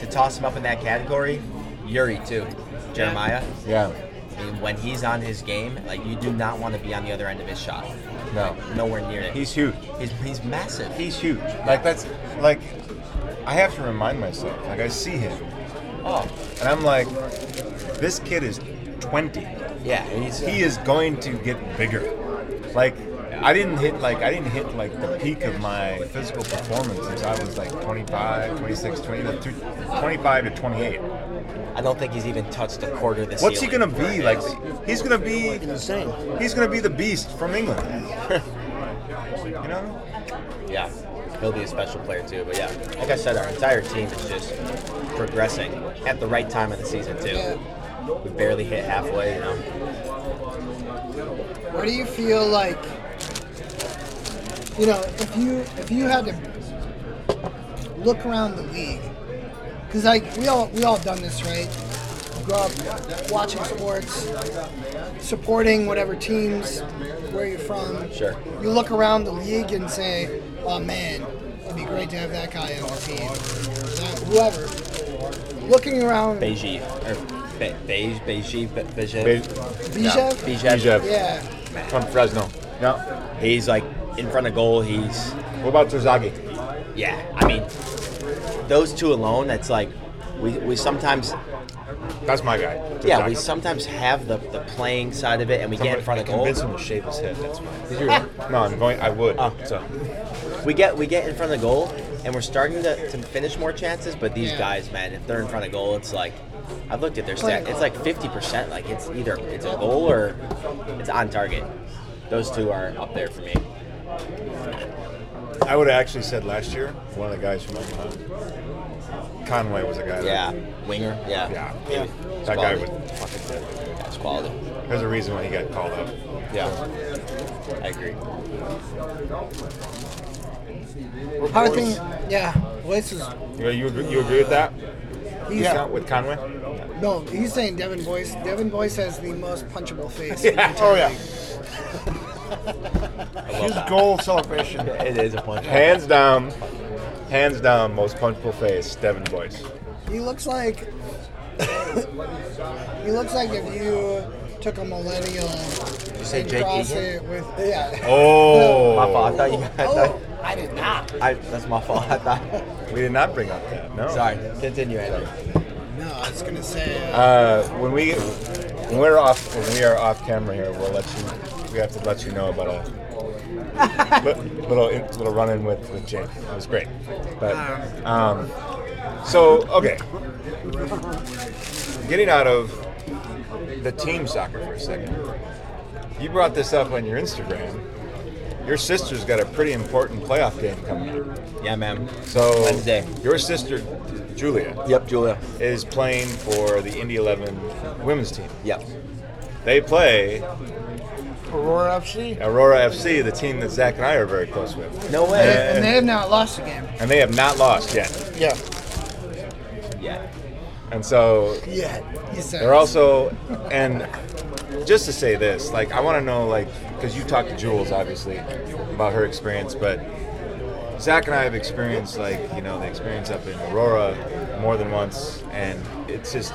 Speaker 3: to toss him up in that category, Yuri too, Jeremiah.
Speaker 4: yeah.
Speaker 3: I mean, when he's on his game, like you do not want to be on the other end of his shot.
Speaker 4: No.
Speaker 3: Nowhere near it.
Speaker 4: He's huge.
Speaker 3: he's, he's massive.
Speaker 4: He's huge. Like that's like I have to remind myself. Like I see him,
Speaker 3: oh
Speaker 4: and I'm like, this kid is 20.
Speaker 3: yeah, he's
Speaker 4: he is going to get bigger. Like I didn't hit like I didn't hit like the peak of my physical performance since I was like 25, 26, 20, to two- 25 to 28.
Speaker 3: I don't think he's even touched a quarter this.
Speaker 4: What's he gonna be like? He's gonna be insane. He's gonna be the beast from England. you know?
Speaker 3: Yeah, he'll be a special player too. But yeah, like I said, our entire team is just progressing at the right time of the season too. We barely hit halfway, you know.
Speaker 1: What do you feel like? You know, if you if you had to look around the league, because like we all we all done this right. Grow up watching sports, supporting whatever teams, where you're from.
Speaker 3: Sure.
Speaker 1: You look around the league and say, "Oh man, it'd be great to have that guy on our team." That, whoever. Looking around,
Speaker 3: Beji or Be- Beige, Beji, Be- Beji,
Speaker 4: Beige-
Speaker 1: Bijev?
Speaker 3: Beji.
Speaker 1: Yeah.
Speaker 4: From Fresno. No.
Speaker 3: He's like in front of goal. He's
Speaker 4: What about Terzaghi?
Speaker 3: yeah. I mean, those two alone. That's like we we sometimes
Speaker 4: That's my guy.
Speaker 3: Yeah, we
Speaker 4: Terzaghi.
Speaker 3: sometimes have the, the playing side of it, and we get in front of
Speaker 4: I convinced
Speaker 3: goal.
Speaker 4: him to shave his head. That's why. no, I'm going. I would.
Speaker 3: Oh.
Speaker 4: So.
Speaker 3: We get we get in front of goal, and we're starting to, to finish more chances. But these
Speaker 1: Yeah.
Speaker 3: guys, man, if they're in front of goal, it's like I've looked at their
Speaker 1: Playing
Speaker 3: stat. It's like fifty percent. Like it's either it's a goal or it's on target. Those two are up there for me.
Speaker 4: I would have actually said last year, one of the guys from Omaha, Conway was a guy.
Speaker 3: Yeah,
Speaker 4: That,
Speaker 3: winger. Yeah,
Speaker 4: yeah.
Speaker 3: Maybe. It's
Speaker 4: That guy
Speaker 3: quality.
Speaker 4: was fucking deadly.
Speaker 3: That's quality.
Speaker 4: There's a reason why he got called up.
Speaker 3: Yeah, I agree.
Speaker 1: How are things? Yeah. Wes is
Speaker 4: You, you, agree, you agree with that?
Speaker 1: he's
Speaker 4: Con- With Conway?
Speaker 1: No, he's saying Devin Boyce. Devin Boyce has the most punchable face.
Speaker 5: Oh yeah,
Speaker 3: I love
Speaker 5: his
Speaker 3: that.
Speaker 5: goal celebration.
Speaker 3: It is a punch.
Speaker 4: Hands down, hands down, most punchable face, Devin Boyce.
Speaker 1: He looks like he looks like if you took a millennial
Speaker 3: you say
Speaker 1: and
Speaker 3: Jake
Speaker 1: crossed
Speaker 3: Egan?
Speaker 1: it with yeah.
Speaker 4: Oh,
Speaker 3: My fault. I thought you. I thought,
Speaker 1: Oh, I did not.
Speaker 3: I, that's my fault. I thought.
Speaker 4: We did not bring up that. No.
Speaker 3: Sorry. Continue, Andrew.
Speaker 1: was gonna say.
Speaker 4: Uh, when we when we're off when we are off camera here, we'll let you. We have to let you know about a li- little little run in with with Jake. It was great, but um, so okay. Getting out of the team soccer for a second. You brought this up on your Instagram. Your sister's got a pretty important playoff game coming up.
Speaker 3: Yeah, man.
Speaker 4: So
Speaker 3: Wednesday.
Speaker 4: your sister Julia
Speaker 2: Yep, Julia.
Speaker 4: is playing for the Indy 11 women's team.
Speaker 2: Yep.
Speaker 4: They play
Speaker 5: Aurora FC.
Speaker 4: Aurora FC, the team that Zach and I are very close with.
Speaker 3: No
Speaker 1: and,
Speaker 3: way.
Speaker 1: and they have not lost a game.
Speaker 4: And they have not lost yet.
Speaker 5: Yeah.
Speaker 3: Yeah.
Speaker 4: And so
Speaker 1: Yeah, he said.
Speaker 4: they're also, and just to say this, like, I want to know, like, because you talked to Jules, obviously, about her experience, but Zach and I have experienced, like, you know, the experience up in Aurora more than once. And it's just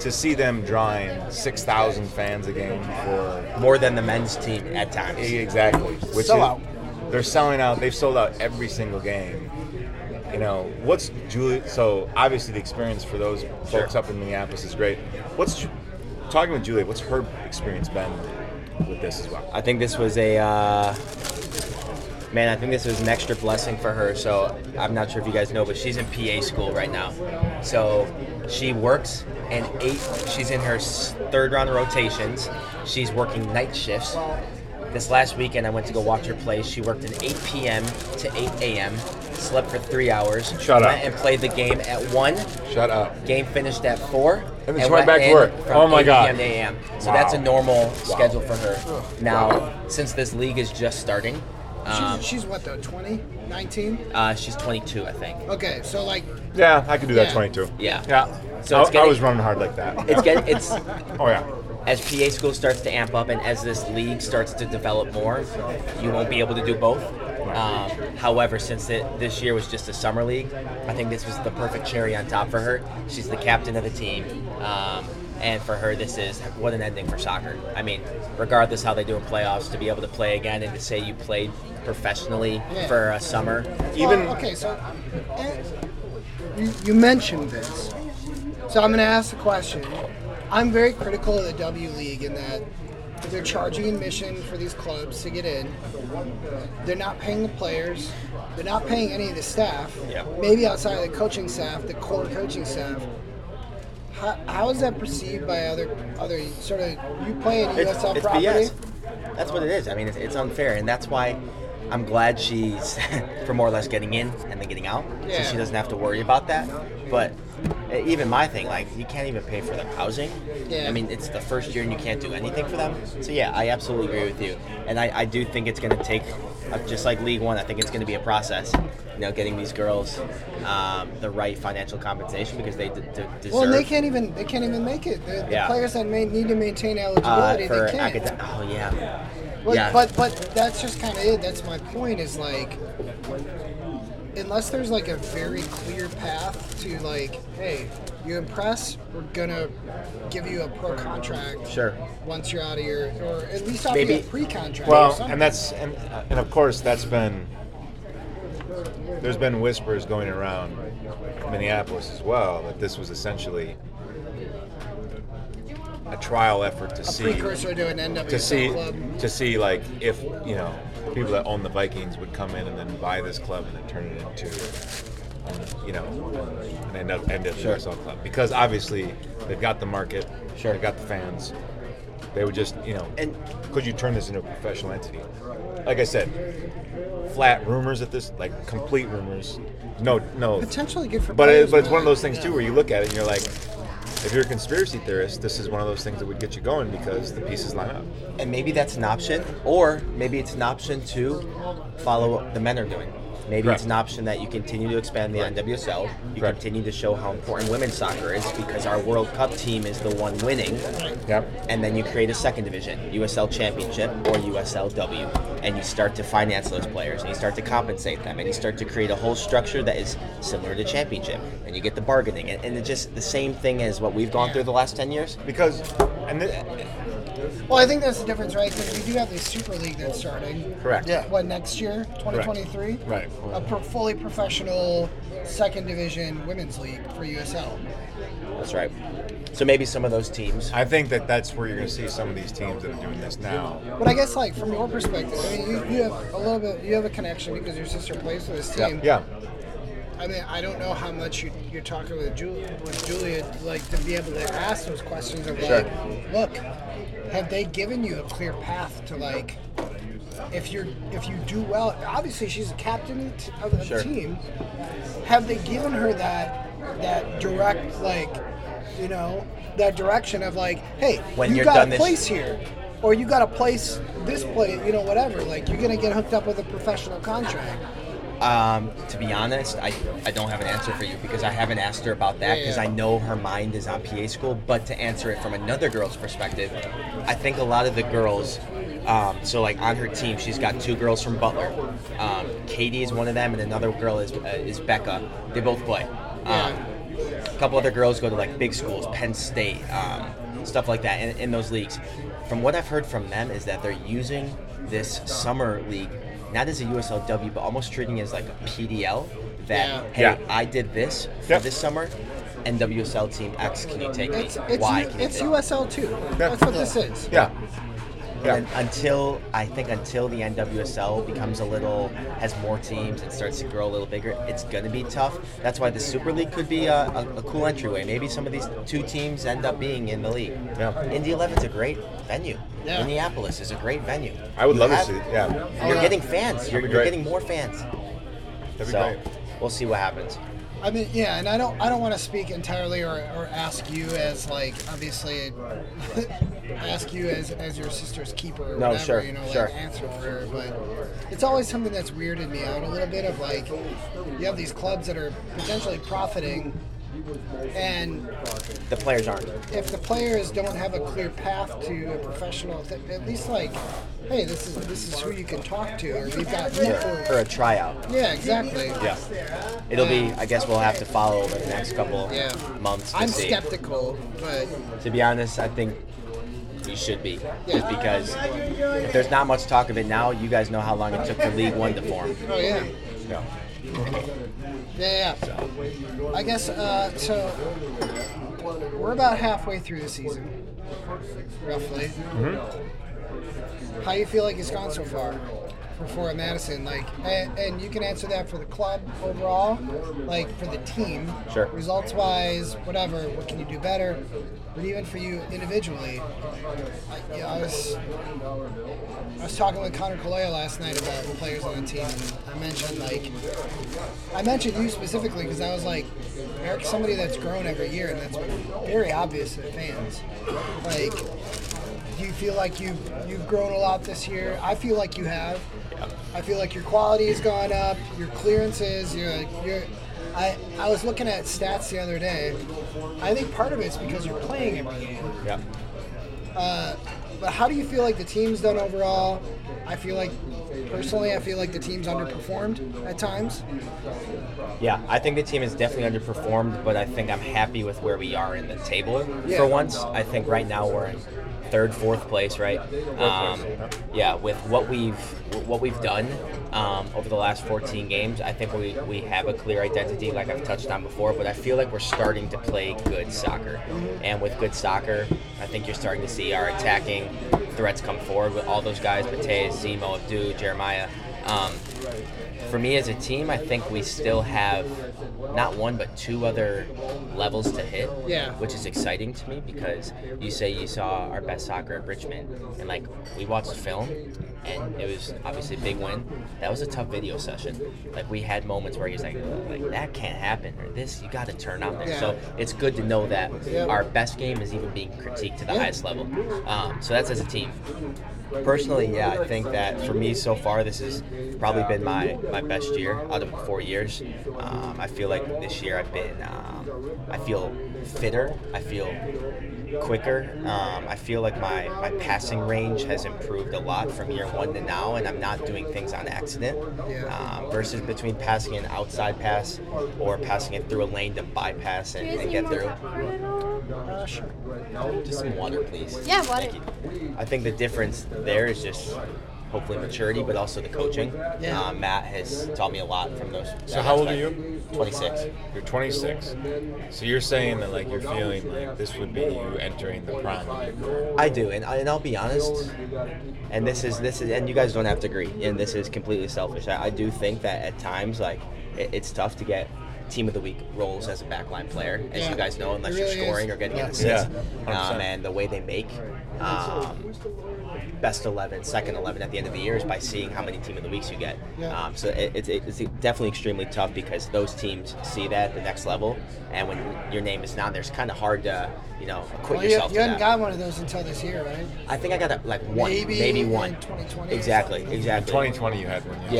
Speaker 4: to see them drawing 6,000 fans a game for
Speaker 3: More than the men's team at times.
Speaker 4: Exactly. Which
Speaker 5: Sell
Speaker 4: is-
Speaker 5: out.
Speaker 4: They're selling out. They've sold out every single game. You know, what's Julie? So obviously, the experience for those folks up in Minneapolis is great. What's Ju- talking with Julie? What's her experience been with this as well?
Speaker 3: I think this was a uh, man. I think this was an extra blessing for her. So I'm not sure if you guys know, but she's in PA school right now. So she works and eight. She's in her s- third round of rotations. She's working night shifts. This last weekend, I went to go watch her play. She worked an 8 p.m. to 8 a.m. Slept for three hours.
Speaker 4: Shut
Speaker 3: went
Speaker 4: up.
Speaker 3: And played the game at one.
Speaker 4: Shut up.
Speaker 3: Game finished at four.
Speaker 4: And then she went back to
Speaker 3: in
Speaker 4: work.
Speaker 3: from
Speaker 4: Oh my
Speaker 3: 8
Speaker 4: God.
Speaker 3: PM to 8 a.m. So
Speaker 4: Wow.
Speaker 3: that's a normal schedule for her. Now, since this league is just starting, um,
Speaker 1: she's, she's what though, 20, 19?
Speaker 3: uh, she's 22, I think.
Speaker 1: Okay, so like,
Speaker 4: Yeah, I could do that.
Speaker 1: Yeah.
Speaker 4: 22.
Speaker 3: Yeah.
Speaker 4: Yeah.
Speaker 3: So
Speaker 4: So I,
Speaker 3: it's
Speaker 4: I
Speaker 3: getting-
Speaker 4: was running hard like that.
Speaker 3: It's get, it's
Speaker 4: oh yeah.
Speaker 3: as PA school starts to amp up and as this league starts to develop more, you won't be able to do both. Um, however, since it, this year was just a summer league, I think this was the perfect cherry on top for her. She's the captain of the team. Um, and for her, this is what an ending for soccer. I mean, regardless how they do in playoffs, to be able to play again and to say you played professionally
Speaker 1: Yeah.
Speaker 3: for a summer,
Speaker 4: Even
Speaker 1: well, okay, so eh, you, you mentioned this, so I'm gonna ask the question. I'm very critical of the W League in that they're charging admission for these clubs to get in. They're not paying the players. They're not paying any of the staff.
Speaker 3: Yeah.
Speaker 1: Maybe outside of the coaching staff, the core coaching staff. How, how is that perceived by other other sort of you play in
Speaker 3: it's,
Speaker 1: USL
Speaker 3: it's
Speaker 1: property?
Speaker 3: BS. That's what it is. I mean, it's, it's unfair, and that's why I'm glad she's for more or less getting in and then getting out,
Speaker 1: Yeah.
Speaker 3: so she doesn't have to worry about that. But uh, even my thing, like you can't even pay for their housing.
Speaker 1: Yeah.
Speaker 3: I mean, it's the first year and you can't do anything for them. So yeah, I absolutely agree with you, and I, I do think it's going to take, uh, just like League One, I think it's going to be a process. You know, getting these girls um, the right financial compensation because they d- d- deserve.
Speaker 1: Well, and they can't even they can't even make it. The, the
Speaker 3: Yeah.
Speaker 1: players that may, need to maintain
Speaker 3: uh,
Speaker 1: eligibility,
Speaker 3: for
Speaker 1: they can't.
Speaker 3: acad- oh yeah,
Speaker 1: Well,
Speaker 3: yeah.
Speaker 1: But but that's just kind of it. That's my point. Is like, unless there's like a very clear path to like, hey, you impress, we're gonna give you a pro contract.
Speaker 3: Sure.
Speaker 1: Once you're out of your, or at least out
Speaker 3: Maybe-
Speaker 1: of your pre-contract. or
Speaker 4: Well,
Speaker 1: something.
Speaker 4: and that's and, uh, and of course that's been there's been whispers going around Minneapolis as well that this was essentially a trial effort to
Speaker 1: a
Speaker 4: see
Speaker 1: precursor to an NWSL
Speaker 4: to see
Speaker 1: club.
Speaker 3: um,
Speaker 4: to see like if you know people that own the Vikings would come in and then buy this club and then turn it into um, you know an end up end up USL club because obviously they've got the market
Speaker 3: Sure.
Speaker 4: they've got the fans they would just you know
Speaker 3: And-
Speaker 4: could you turn this into a professional entity like I said flat rumors at this like complete rumors no no
Speaker 1: Potentially good for.
Speaker 4: but
Speaker 1: players,
Speaker 4: it, but it's one of
Speaker 1: but-
Speaker 4: those things too where you look at it and you're like if you're a conspiracy theorist this is one of those things that would get you going because the pieces line up
Speaker 3: and maybe that's an option, or maybe it's an option to follow what the men are doing. Maybe
Speaker 4: Correct.
Speaker 3: it's an option that you continue to expand the NWSL. You
Speaker 4: Correct.
Speaker 3: continue to show how important women's soccer is because our World Cup team is the one winning.
Speaker 4: Yep.
Speaker 3: And then you create a second division, USL Championship or USLW, and you start to finance those players and you start to compensate them and you start to create a whole structure that is similar to Championship. And you get the bargaining. And, and it's just the same thing as what we've gone through the last 10 years.
Speaker 4: Because, and th-
Speaker 1: Well, I think that's the difference, right? Because we do have the Super League that's starting.
Speaker 3: Correct.
Speaker 5: Yeah.
Speaker 1: What next year, 2023?
Speaker 4: Right.
Speaker 1: A pro- fully professional second division women's league for USL.
Speaker 3: That's right. So maybe some of those teams.
Speaker 4: I think that that's where you're going to see some of these teams that are doing this now.
Speaker 1: But I guess, like from your perspective, I mean, you, you have a little bit, you have a connection because your sister plays for this team.
Speaker 4: Yeah.
Speaker 1: I mean, I don't know how much you, you're talking with, Ju- with Julia, like to be able to ask those questions of like, look, have they given you a clear path to like, if you're if you do well, obviously she's a captain t- of the
Speaker 3: Sure.
Speaker 1: team. Have they given her that that direct like, you know, that direction of like, hey,
Speaker 3: When
Speaker 1: you
Speaker 3: you're
Speaker 1: got
Speaker 3: done
Speaker 1: a
Speaker 3: this-
Speaker 1: place here. Or you got a place, this place, you know, whatever. Like you're gonna get hooked up with a professional contract.
Speaker 3: Um, to be honest, I, I don't have an answer for you because I haven't asked her about that
Speaker 1: Yeah,
Speaker 3: because
Speaker 1: yeah.
Speaker 3: I know her mind is on PA school. But to answer it from another girl's perspective, I think a lot of the girls, um, so like on her team, she's got two girls from Butler. Um, Katie is one of them, and another girl is uh, is Becca. They both play. Um, a couple other girls go to like big schools, Penn State, um, stuff like that, in, in those leagues. From what I've heard from them is that they're using this summer league not as a USLW, but almost treating it as like a PDL. That
Speaker 1: Yeah.
Speaker 3: hey,
Speaker 4: Yeah.
Speaker 3: I did this for
Speaker 4: Yeah.
Speaker 3: this summer. NWSL team X, can you take
Speaker 1: It's
Speaker 3: me?
Speaker 1: it's,
Speaker 3: Why
Speaker 1: U-
Speaker 3: can
Speaker 1: it's
Speaker 3: you take me?
Speaker 1: USL two. That's what this is.
Speaker 4: Yeah.
Speaker 3: And until I think until the NWSL becomes a little has more teams and starts to grow a little bigger, it's going to be tough. That's why the Super League could be a, a, a cool entryway. Maybe some of these two teams end up being in the league.
Speaker 4: Yeah.
Speaker 3: Indy 11's a great venue.
Speaker 1: Yeah.
Speaker 3: Minneapolis is a great venue.
Speaker 4: I would
Speaker 3: You
Speaker 4: love to
Speaker 3: have-
Speaker 4: see. Oh, Yeah.
Speaker 3: You're
Speaker 1: yeah.
Speaker 3: getting fans. You're,
Speaker 4: be
Speaker 3: you're
Speaker 4: great.
Speaker 3: getting more fans.
Speaker 4: That'd be
Speaker 3: so
Speaker 4: great.
Speaker 3: we'll see what happens.
Speaker 1: I mean, yeah, and I don't I don't want to speak entirely or, or ask you as like obviously ask you as as your sister's keeper or
Speaker 3: No,
Speaker 1: whatever,
Speaker 3: sure,
Speaker 1: you know,
Speaker 3: sure.
Speaker 1: like answer for her, but it's always something that's weirded me out a little bit of like you have these clubs that are potentially profiting and
Speaker 3: The players aren't.
Speaker 1: if the players don't have a clear path to a professional th- at least like hey this is this is who you can talk to or we've got
Speaker 3: Or a tryout.
Speaker 1: yeah exactly yeah
Speaker 3: It'll be. I guess we'll have to follow over the next couple
Speaker 1: Yeah.
Speaker 3: months to
Speaker 1: I'm
Speaker 3: see.
Speaker 1: skeptical, but
Speaker 3: To be honest, I think you should be, just
Speaker 1: Yeah.
Speaker 3: because if there's not much talk of it now, you guys know how long it took for League One to form.
Speaker 1: oh yeah,
Speaker 4: Yeah.
Speaker 1: yeah, yeah. I guess uh, so. We're about halfway through the season, roughly. How you feel like it's gone so far for Fort Madison? Like, and, and you can answer that for the club overall, like for the team,
Speaker 3: Sure.
Speaker 1: Results wise, whatever. What can you do better? But even for you individually, I, yeah, I was I was talking with Connor Kalea last night about the players on the team. And I mentioned like I mentioned you specifically because I was like Eric's somebody that's grown every year, and that's very obvious to fans. Like, do you feel like you have you've grown a lot this year? I feel like you have. I feel like your quality has gone up. Your clearances. You're like you're. I, I was looking at stats the other day. I think part of it's because you're playing every game.
Speaker 3: Yeah.
Speaker 1: But how do you feel like the team's done overall? I feel like, personally, I feel like the team's underperformed at times.
Speaker 3: Yeah, I think the team has definitely underperformed, but I think I'm happy with where we are in the table
Speaker 1: Yeah.
Speaker 3: for once. I think right now we're in third, fourth place, right? Um, yeah, with what we've what we've done um, over the last 14 games, I think we, we have a clear identity, like I've touched on before. But I feel like we're starting to play good soccer, and with good soccer, I think you're starting to see our attacking threats come forward with all those guys: Mateus, Zemo, Abdu, Jeremiah. Um, for me as a team, I think we still have not one but two other levels to hit.
Speaker 1: Yeah.
Speaker 3: Which is exciting to me because you say you saw our best soccer at Richmond, and like we watched film, and it was obviously a big win. That was a tough video session. Like we had moments where he's like, like that can't happen or this you got to turn out there.
Speaker 1: Yeah.
Speaker 3: So it's good to know that
Speaker 1: Yeah.
Speaker 3: our best game is even being critiqued to the
Speaker 1: Yeah.
Speaker 3: highest level. Um, so that's as a team personally yeah i think that for me so far this has probably been my, my best year out of four years um, i feel like this year i've been um, i feel fitter i feel quicker um, i feel like my, my passing range has improved a lot from year one to now and i'm not doing things on accident
Speaker 1: Yeah.
Speaker 3: um, versus between passing an outside pass or passing it through a lane to bypass and, and get through
Speaker 1: Uh,
Speaker 3: pressure. Just some water, please.
Speaker 2: Yeah, water.
Speaker 3: Thank you. I think the difference there is just hopefully maturity, but also the coaching.
Speaker 1: Yeah.
Speaker 3: Uh, Matt has taught me a lot from those.
Speaker 4: So how old are you?
Speaker 3: Twenty six.
Speaker 4: You're 26. So you're saying that like you're feeling like this would be you entering the prime of your career.
Speaker 3: I do, and, I- and I'll be honest. And this is this is, and you guys don't have to agree. And this is completely selfish. I, I do think that at times, like, it, it's tough to get team of the week roles as a backline player, as
Speaker 1: Yeah.
Speaker 3: you guys know, unless
Speaker 1: It
Speaker 3: you're
Speaker 1: really is.
Speaker 3: scoring or getting an
Speaker 4: Yeah.
Speaker 3: assist. Um,
Speaker 4: 100%.
Speaker 3: and the way they make um, best 11, second 11 at the end of the year is by seeing how many team of the weeks you get.
Speaker 1: Yeah.
Speaker 3: Um, so it, it's it's definitely extremely tough because those teams see that at the next level, and when your name is not there, it's kind of hard to you know acquit
Speaker 1: Well, you,
Speaker 3: yourself.
Speaker 1: you
Speaker 3: to
Speaker 1: hadn't
Speaker 3: that.
Speaker 1: got one of those until this year, right?
Speaker 3: I think I got a, like one,
Speaker 1: Maybe
Speaker 3: maybe,
Speaker 1: in
Speaker 3: one.
Speaker 1: 2020 or
Speaker 3: Exactly,
Speaker 1: something.
Speaker 3: exactly.
Speaker 4: 2020 you had one. Yeah.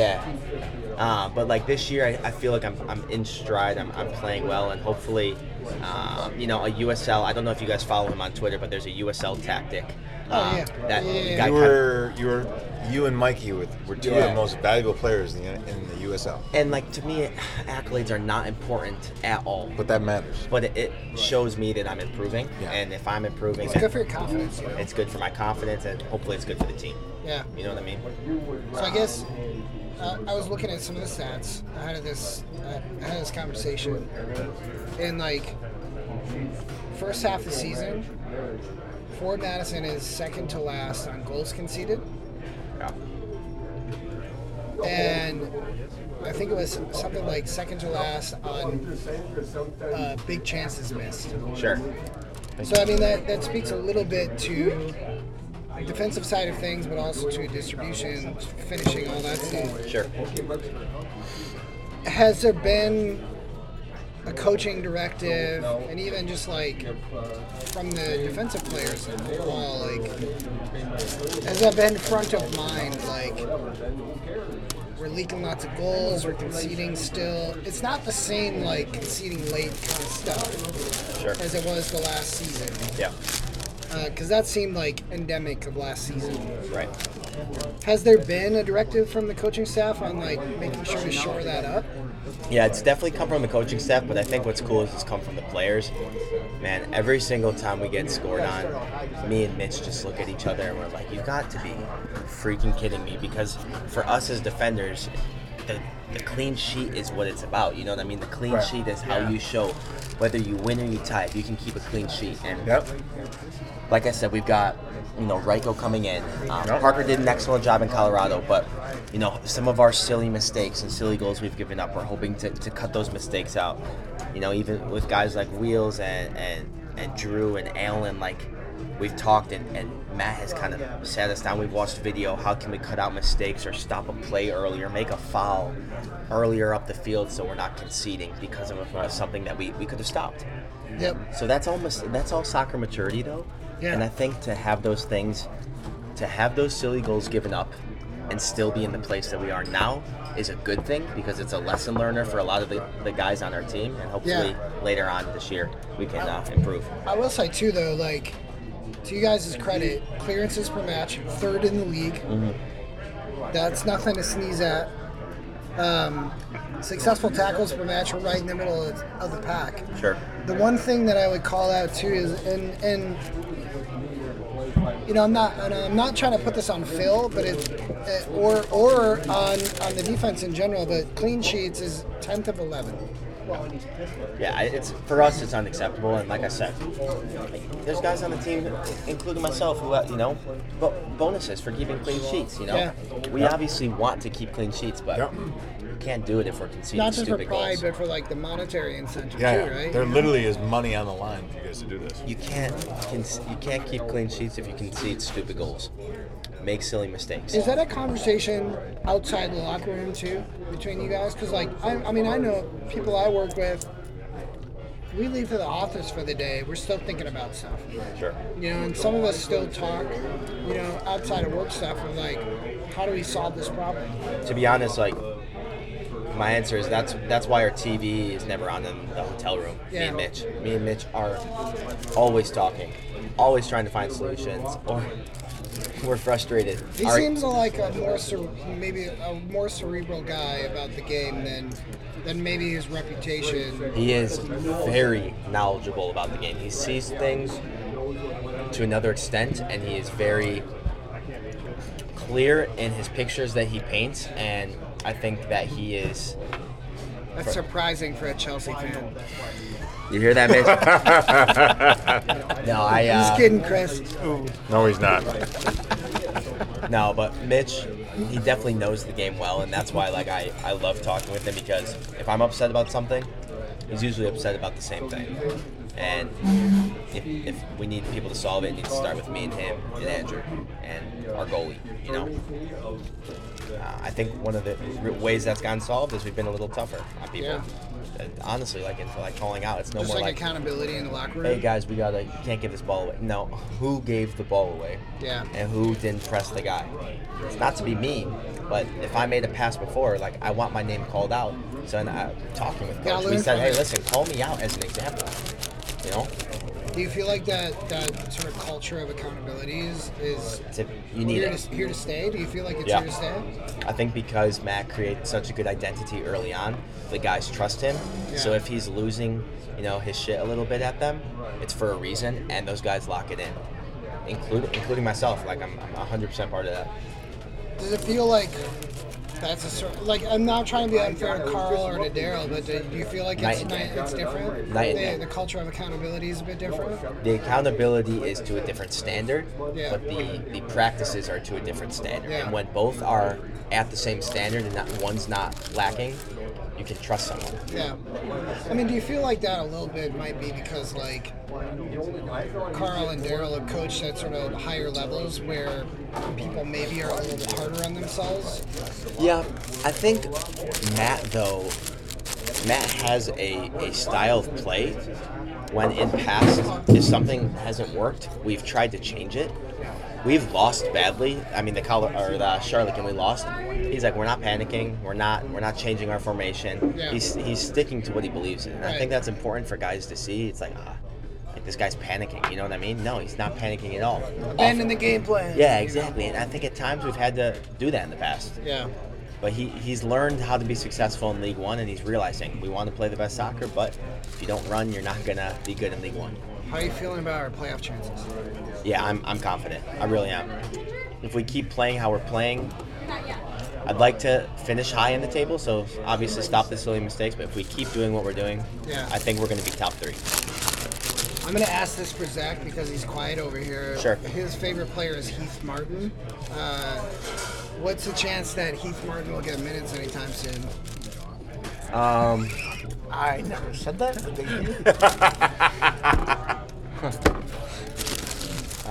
Speaker 3: Yeah. Uh, but like this year, I, I feel like I'm, I'm in stride. I'm, I'm playing well, and hopefully, um, you know, a USL. I don't know if you guys follow him on Twitter, but there's a USL tactic.
Speaker 1: Oh,
Speaker 3: um,
Speaker 1: yeah.
Speaker 3: That
Speaker 1: Yeah, yeah, yeah.
Speaker 3: guy
Speaker 4: You
Speaker 3: kind of-
Speaker 4: were you were you and Mikey were, were two of
Speaker 3: Yeah.
Speaker 4: the most valuable players in the, in the USL.
Speaker 3: and like to me, accolades are not important at all.
Speaker 4: But that matters.
Speaker 3: But it, it shows me that I'm improving,
Speaker 4: Yeah.
Speaker 3: and if I'm improving,
Speaker 1: It's
Speaker 3: then
Speaker 1: good for your confidence. You know?
Speaker 3: it's good for my confidence, and hopefully, it's good for the team.
Speaker 1: Yeah.
Speaker 3: You know what I mean?
Speaker 1: So I guess uh, I was looking at some of the stats ahead of this uh, ahead of this conversation, and like first half of the season, Ford Madison is second to last on goals conceded,
Speaker 3: Yeah.
Speaker 1: and I think it was something like second to last on uh, big chances missed.
Speaker 3: Sure.
Speaker 1: So I mean that that speaks a little bit to the defensive side of things, but also to distribution, finishing, all that stuff.
Speaker 3: Sure.
Speaker 1: has there been a coaching directive and even just like from the defensive players in football like has that been front of mind like we're leaking lots of goals we're conceding still it's not the same like conceding late kind of stuff
Speaker 3: Sure.
Speaker 1: as it was the last season
Speaker 3: Yeah.
Speaker 1: because that seemed like endemic of last season
Speaker 3: Right.
Speaker 1: has there been a directive from the coaching staff on like making sure to shore that up
Speaker 3: Yeah, it's definitely come from the coaching staff, but I think what's cool is it's come from the players. Man, every single time we get scored on, me and Mitch just look at each other and we're like, "You got to be freaking kidding me!" Because for us as defenders, the the clean sheet is what it's about. You know what I mean? The clean
Speaker 4: Right.
Speaker 3: sheet is how you show whether you win or you tie. If you can keep a clean sheet, and
Speaker 4: Yep.
Speaker 3: like I said, we've got you know Ryko coming in. Um,
Speaker 4: Yep.
Speaker 3: Parker did an excellent job in Colorado, but you know some of our silly mistakes and silly goals we've given up. We're hoping to, to cut those mistakes out. You know, even with guys like Wheels and and, and Drew and Allen, like we've talked and, and Matt has kind of sat us down. We've watched video. How can we cut out mistakes or stop a play earlier, make a foul earlier up the field so we're not conceding because of, a, of something that we, we could have stopped.
Speaker 1: yep
Speaker 3: So that's almost that's all soccer maturity though.
Speaker 1: Yeah.
Speaker 3: And I think to have those things, to have those silly goals given up, and still be in the place that we are now is a good thing because it's a lesson learner for a lot of the, the guys on our team, and hopefully
Speaker 1: Yeah.
Speaker 3: later on this year we can uh, improve.
Speaker 1: I will say too, though, like to you guys' credit, clearances per match, third in the league. That's nothing to sneeze at. Um, successful tackles per match, we're right in the middle of, of the pack.
Speaker 3: Sure.
Speaker 1: The one thing that I would call out too is, and and you know, I'm not, and I'm not trying to put this on Phil, but it, it or or on on the defense in general, but clean sheets is tenth of eleven.
Speaker 3: Yeah, I- it's for us it's unacceptable, and like I said, like, there's guys on the team, including myself, who uh, you know, bo- bonuses for keeping clean sheets. You know,
Speaker 1: Yeah.
Speaker 3: we obviously want to keep clean sheets, but. we Can't do it if we're conceding
Speaker 1: Not just for
Speaker 3: stupid
Speaker 1: pride,
Speaker 3: goals.
Speaker 1: but for like the monetary incentive
Speaker 4: Yeah.
Speaker 1: too, right?
Speaker 4: There literally is money on the line for you guys to do this.
Speaker 3: You can't can, you can't keep clean sheets if you concede stupid goals. Make silly mistakes.
Speaker 1: Is that a conversation outside the locker room too between you guys? Because like I, I mean I know people I work with. We leave for the office for the day. We're still thinking about stuff,
Speaker 3: Sure.
Speaker 1: you know. And some of us still talk, you know, outside of work stuff. We're like, how do we solve this problem?
Speaker 3: To be honest, like my answer is that's that's why our TV is never on in the hotel room. Me
Speaker 1: Yeah.
Speaker 3: and Mitch. Me and Mitch are always talking, always trying to find solutions, or we're frustrated.
Speaker 1: He
Speaker 3: Our-
Speaker 1: seems like a more cer- maybe a more cerebral guy about the game than then maybe his reputation.
Speaker 3: He is very knowledgeable about the game. He sees things to another extent, and he is very clear in his pictures that he paints. And I think that he is.
Speaker 1: That's surprising for a Chelsea fan.
Speaker 3: You hear that, bitch? no, I. Uh,
Speaker 1: Just kidding, Chris.
Speaker 4: No, he's not.
Speaker 3: No, but Mitch, he definitely knows the game well, and that's why like I, I love talking with him because if I'm upset about something, he's usually upset about the same thing. And if, if we need people to solve it, it needs to start with me and him and Andrew and our goalie. You know, uh, I think one of the r- ways that's gotten solved is we've been a little tougher on people.
Speaker 1: Yeah.
Speaker 3: Uh, Honestly, like it's like calling out. It's no
Speaker 1: Just
Speaker 3: more
Speaker 1: like,
Speaker 3: like,
Speaker 1: accountability in the locker room.
Speaker 3: hey guys, we gotta you can't give this ball away. No, who gave the ball away?
Speaker 1: Yeah.
Speaker 3: and who didn't press the guy. It's not to be mean, but if I made a pass before, like I want my name called out. So and I, talking with
Speaker 1: Yeah,
Speaker 3: coach, we
Speaker 1: learn
Speaker 3: said,
Speaker 1: from
Speaker 3: hey,
Speaker 1: it."
Speaker 3: listen, call me out as an example. You know,
Speaker 1: Do you feel like that that sort of culture of accountability is is
Speaker 3: It's a- you need
Speaker 1: here
Speaker 3: it.
Speaker 1: to, here to stay? Do you feel like it's
Speaker 3: Yeah.
Speaker 1: here to stay?
Speaker 3: I think because Matt created such a good identity early on, the guys trust him. So
Speaker 1: Yeah.
Speaker 3: if he's losing, you know, his shit a little bit at them, it's for a reason, and those guys lock it in, including including myself. Like I'm, I'm 100% part of that.
Speaker 1: Does it feel like that's a sort like I'm not trying to be unfair to Carl or to Daryl, but do do you feel like it's
Speaker 3: Night and
Speaker 1: night,
Speaker 3: day.
Speaker 1: it's different?
Speaker 3: Night and
Speaker 1: the,
Speaker 3: day.
Speaker 1: the culture of accountability is a bit different.
Speaker 3: the accountability is to a different standard,
Speaker 1: Yeah.
Speaker 3: but the, the practices are to a different standard.
Speaker 1: Yeah.
Speaker 3: And when both are at the same standard and not, one's not lacking, you can trust someone.
Speaker 1: Yeah. I mean, do you feel like that a little bit might be because like Carl and Daryl have coached at sort of higher levels where people maybe are a little bit harder on themselves?
Speaker 3: Yeah, I think Matt though, Matt has a, a style of play. When in past, if something hasn't worked, we've tried to change it. We've lost badly. I mean, the color or the Charlotte game we lost. He's like, we're not panicking. We're not. We're not changing our formation.
Speaker 1: Yeah.
Speaker 3: He's he's sticking to what he believes in. And I
Speaker 1: Right.
Speaker 3: think that's important for guys to see. It's like, ah, like this guy's panicking. You know what I mean? No, he's not panicking at all.
Speaker 1: Abandon the game plan.
Speaker 3: Yeah, exactly. And I think at times we've had to do that in the past.
Speaker 1: Yeah.
Speaker 3: But he, he's learned how to be successful in League One, and he's realizing we want to play the best soccer, but if you don't run, you're not going to be good in League One.
Speaker 1: How are you feeling about our playoff chances?
Speaker 3: Yeah, I'm, I'm confident. I really am. If we keep playing how we're playing, I'd like to finish high in the table, so obviously stop the silly mistakes, but if we keep doing what we're doing,
Speaker 1: Yeah.
Speaker 3: I think we're going to be top three.
Speaker 1: I'm gonna ask this for Zach because he's quiet over here.
Speaker 3: Sure.
Speaker 1: His favorite player is Heath Martin. Uh, what's the chance that Heath Martin will get minutes anytime soon?
Speaker 5: I never said that. but they did.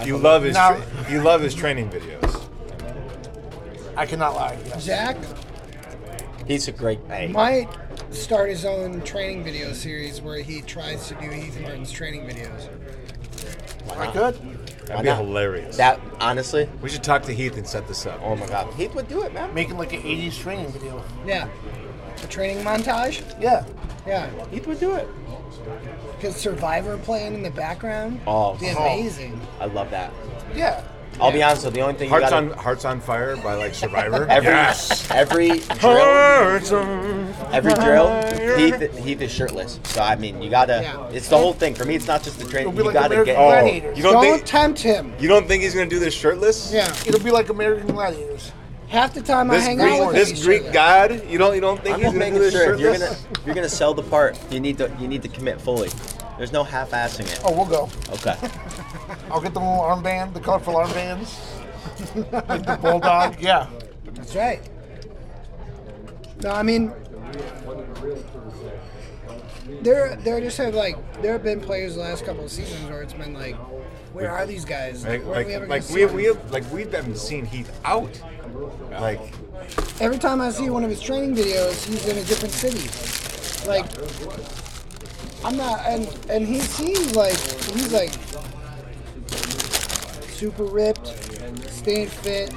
Speaker 4: You love his.
Speaker 5: No.
Speaker 4: you love his training videos.
Speaker 5: I cannot lie. Yes.
Speaker 1: Zach
Speaker 3: He's a great hey,
Speaker 1: might start his own training video series where he tries to do Heath Martin's training videos.
Speaker 3: why
Speaker 5: I
Speaker 3: not?
Speaker 5: could.
Speaker 4: That'd
Speaker 3: Why
Speaker 4: be
Speaker 3: not?
Speaker 4: hilarious.
Speaker 3: That, honestly,
Speaker 4: we should talk to Heath and set this up.
Speaker 3: oh my God, Heath would do it, man.
Speaker 5: Making like an 80s training video.
Speaker 1: Yeah. A training montage?
Speaker 5: Yeah.
Speaker 1: Yeah.
Speaker 3: Heath would do it.
Speaker 1: Because Survivor playing in the background?
Speaker 3: Oh.
Speaker 1: Be amazing.
Speaker 3: I love that.
Speaker 5: Yeah.
Speaker 3: I'll be honest, though, the only thing you
Speaker 4: Hearts
Speaker 3: got
Speaker 4: on Hearts on Fire by like Survivor.
Speaker 3: Every
Speaker 4: Yes.
Speaker 3: every drill,
Speaker 4: Hearts on
Speaker 3: every drill,
Speaker 4: fire.
Speaker 3: Heath, Heath is shirtless. So I mean, you gotta.
Speaker 1: Yeah.
Speaker 3: It's the whole thing. For me, it's not just the
Speaker 5: It'll
Speaker 3: training.
Speaker 5: be
Speaker 3: You
Speaker 5: like
Speaker 3: gotta
Speaker 5: American
Speaker 3: get.
Speaker 4: Oh,
Speaker 5: Gladiators.
Speaker 4: you
Speaker 1: Don't,
Speaker 4: don't, think
Speaker 1: tempt him.
Speaker 4: you don't think he's gonna do this shirtless?
Speaker 1: Yeah.
Speaker 5: It'll be like American Gladiators.
Speaker 1: Half the time I
Speaker 4: This
Speaker 1: hang out
Speaker 4: Greek,
Speaker 1: with him,
Speaker 4: this
Speaker 1: he's
Speaker 4: Greek
Speaker 1: shirtless.
Speaker 4: god, you don't you don't think
Speaker 3: I'm
Speaker 4: he's
Speaker 3: just
Speaker 4: gonna do
Speaker 3: making
Speaker 4: this
Speaker 3: sure if you're gonna
Speaker 4: shirtless?
Speaker 3: if you're gonna sell the part, you need to you need to commit fully. There's no half-assing it.
Speaker 5: Oh, we'll go.
Speaker 3: Okay.
Speaker 5: I'll get the little armband, the colorful armbands. like the bulldog. Yeah.
Speaker 1: That's right. No, I mean, there, there just have like there have been players the last couple of seasons where it's been like, where are these guys?
Speaker 4: Like,
Speaker 1: Where are we ever gonna
Speaker 4: like, like
Speaker 1: see
Speaker 4: we have,
Speaker 1: them?
Speaker 4: we have, like we haven't seen Heath out. Like
Speaker 1: Every time I see one of his training videos, he's in a different city. Like, I'm not, and and he seems like he's like super ripped, staying fit.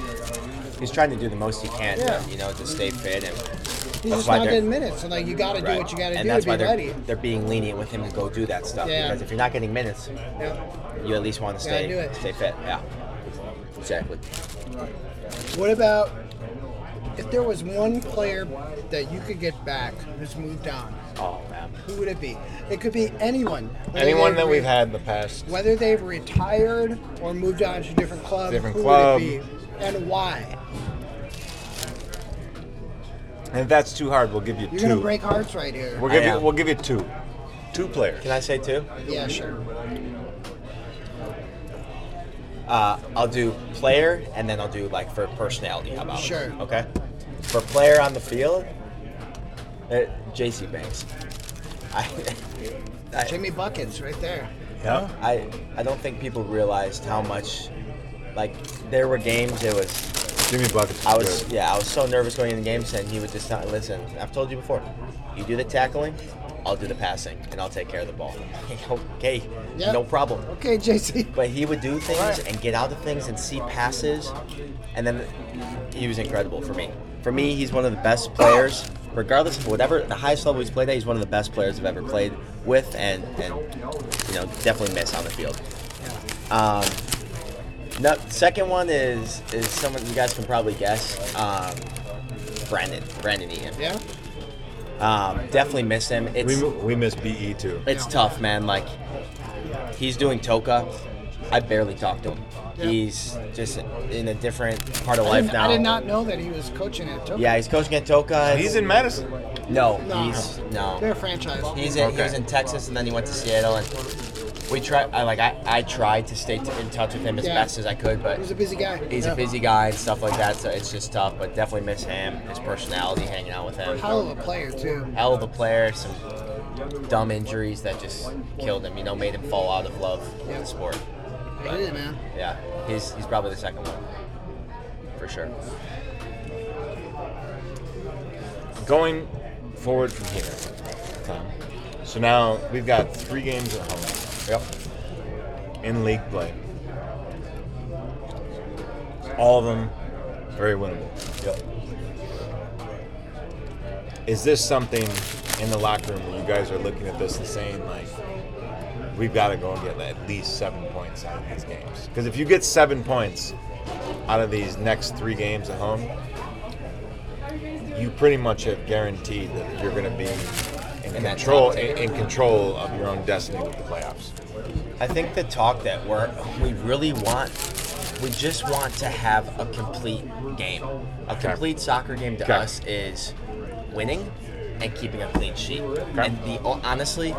Speaker 3: He's trying to do the most he can.
Speaker 1: Yeah.
Speaker 3: You know, to stay fit and.
Speaker 1: He's
Speaker 3: That's
Speaker 1: just
Speaker 3: why
Speaker 1: not
Speaker 3: they're-
Speaker 1: getting minutes, and like you got to do
Speaker 3: Right.
Speaker 1: what you got to
Speaker 3: and
Speaker 1: do
Speaker 3: that's
Speaker 1: to
Speaker 3: why
Speaker 1: be
Speaker 3: they're,
Speaker 1: ready.
Speaker 3: they're being lenient with him to go do that stuff
Speaker 1: Yeah.
Speaker 3: because if you're not getting minutes,
Speaker 1: Yeah.
Speaker 3: you at least want to
Speaker 1: Gotta do
Speaker 3: stay
Speaker 1: it.
Speaker 3: stay fit. Yeah. Exactly.
Speaker 1: What about if there was one player that you could get back who's moved on,
Speaker 3: Oh man.
Speaker 1: who would it be? It could be anyone. whether
Speaker 4: Anyone
Speaker 1: they've
Speaker 4: that we've
Speaker 1: re-
Speaker 4: had in the past.
Speaker 1: Whether they've retired or moved on to a different club,
Speaker 4: Different
Speaker 1: who
Speaker 4: club.
Speaker 1: would it be and why?
Speaker 4: And if that's too hard, we'll give you
Speaker 1: You're
Speaker 4: two.
Speaker 1: gonna break hearts right here.
Speaker 4: We'll give
Speaker 3: I
Speaker 4: you.
Speaker 3: am.
Speaker 4: We'll give you two. Two players.
Speaker 3: Can I say two?
Speaker 1: Yeah, sure.
Speaker 3: Uh, I'll do player and then I'll do like for personality. How about it?
Speaker 1: Sure.
Speaker 3: Okay. For player on the field, uh, JC Banks. I, I,
Speaker 1: Jimmy buckets right there.
Speaker 4: Yeah.
Speaker 3: I I don't think people realized how much like there were games it was
Speaker 4: Jimmy Buckets.
Speaker 3: I
Speaker 4: is
Speaker 3: was
Speaker 4: good.
Speaker 3: yeah, I was so nervous going into games and he would just not listen. I've told you before, you do the tackling, I'll do the passing, and I'll take care of the ball. okay,
Speaker 1: Yeah.
Speaker 3: no problem.
Speaker 1: Okay, JC.
Speaker 3: But he would do things
Speaker 1: Right.
Speaker 3: and get out of things and see passes, and then he was incredible for me. For me, he's one of the best players, regardless of whatever the highest level he's played at. He's one of the best players I've ever played with, and and you know definitely miss on the field. Um, no, second one is is someone you guys can probably guess. Um, Brandon, Brandon Ian.
Speaker 1: Yeah.
Speaker 3: Um, definitely miss him. It's
Speaker 4: We, we miss BE too.
Speaker 3: it's
Speaker 1: Yeah.
Speaker 3: tough, man. Like he's doing Toka. I barely talk to him.
Speaker 1: Yeah.
Speaker 3: He's just in a different part of
Speaker 1: I
Speaker 3: life
Speaker 1: did,
Speaker 3: now.
Speaker 1: I did not know that he was coaching at Tokyo.
Speaker 3: Yeah, he's coaching at Toka.
Speaker 4: He's in Madison.
Speaker 3: No,
Speaker 1: No.
Speaker 3: he's
Speaker 1: They're a
Speaker 3: no.
Speaker 1: franchise.
Speaker 3: He's in, he
Speaker 4: Okay.
Speaker 3: was in Texas, and then he went to Seattle. And we tried. I like. I, I tried to stay t- in touch with him as
Speaker 1: Yeah.
Speaker 3: best as I could, but
Speaker 1: He's a busy guy.
Speaker 3: he's
Speaker 1: Yeah.
Speaker 3: a busy guy and stuff like that. So it's just tough. But definitely miss him. His personality, hanging out with him.
Speaker 1: Hell of a player too.
Speaker 3: hell of a player, some dumb injuries that just killed him, you know, made him fall out of love with the sport.
Speaker 1: I did it, man.
Speaker 3: Yeah, he's, he's probably the second one, for sure.
Speaker 4: Going forward from here, Tom. So now we've got three games at home
Speaker 3: Yep.
Speaker 4: in league play. All of them very winnable.
Speaker 3: Yep.
Speaker 4: Is this something in the locker room where you guys are looking at this and saying like, we've got to go and get at least seven points out of these games? Because if you get seven points out of these next three games at home, you pretty much have guaranteed that you're going to be in,
Speaker 3: In that
Speaker 4: control
Speaker 3: top
Speaker 4: in, in control of your own destiny with the playoffs.
Speaker 3: I think the talk that we're, we really want, we just want to have a complete game. A complete soccer game to
Speaker 4: Okay.
Speaker 3: us is winning and keeping a clean sheet. And the honestly,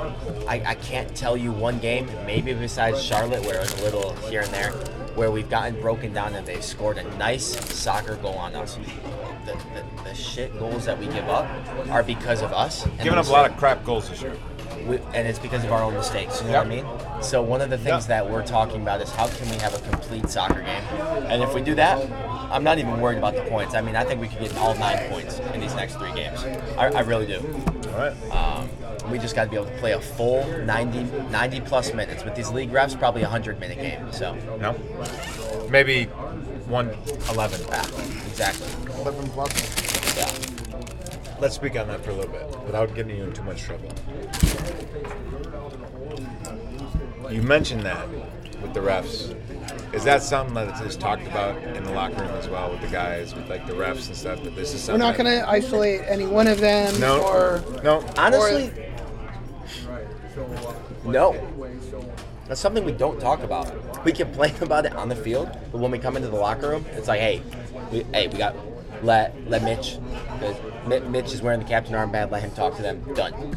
Speaker 3: I, I can't tell you one game, maybe besides Charlotte, where it was a little here and there, where we've gotten broken down and they've scored a nice soccer goal on us. The, the, the shit goals that we give up are because of us. and
Speaker 4: Giving
Speaker 3: the
Speaker 4: up a lot
Speaker 3: mistake-
Speaker 4: of crap goals this year.
Speaker 3: we, and it's because of our own mistakes. You know
Speaker 4: Yep.
Speaker 3: what I mean? So one of the things
Speaker 4: Yep.
Speaker 3: that we're talking about is how can we have a complete soccer game? And if we do that, I'm not even worried about the points. I mean, I think we could get all nine points in these next three games. I, I really do.
Speaker 4: All right.
Speaker 3: Um, we just got to be able to play a full 90, 90 plus minutes. With these league refs, probably a 100 minute game. So,
Speaker 4: No. Maybe one eleven.
Speaker 3: ah, exactly.
Speaker 5: 11 plus.
Speaker 3: Yeah.
Speaker 4: Let's speak on that for a little bit without getting you in too much trouble. You mentioned that with the refs. Is that something that is talked about in the locker room as well with the guys, with like the refs and stuff? That this is
Speaker 1: We're
Speaker 4: something.
Speaker 1: not gonna isolate any one of them
Speaker 4: No.
Speaker 1: or
Speaker 4: no.
Speaker 3: Honestly, no. That's something we don't talk about. We complain about it on the field, but when we come into the locker room, it's like, hey, we, hey, we got let let Mitch. uh, Mi- Mitch is wearing the captain armband. Let him talk to them. Done.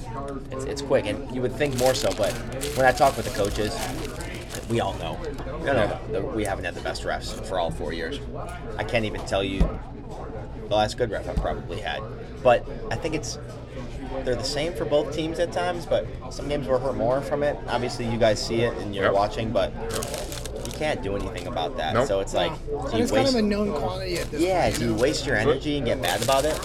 Speaker 3: It's, it's quick, and you would think more so, but when I talk with the coaches, we all know. We, all know that we haven't had the best refs for all four years. I can't even tell you the last good ref I probably had, but I think it's they're the same for both teams at times, but some games were hurt more from it. Obviously, you guys see it and you're
Speaker 4: Yep.
Speaker 3: watching, but you can't do anything about that.
Speaker 4: Nope.
Speaker 3: So it's like, do
Speaker 1: and
Speaker 3: you
Speaker 1: it's kind
Speaker 3: waste?
Speaker 1: of a known quantity at this
Speaker 3: yeah,
Speaker 1: point.
Speaker 3: do you waste your energy and get mad about it?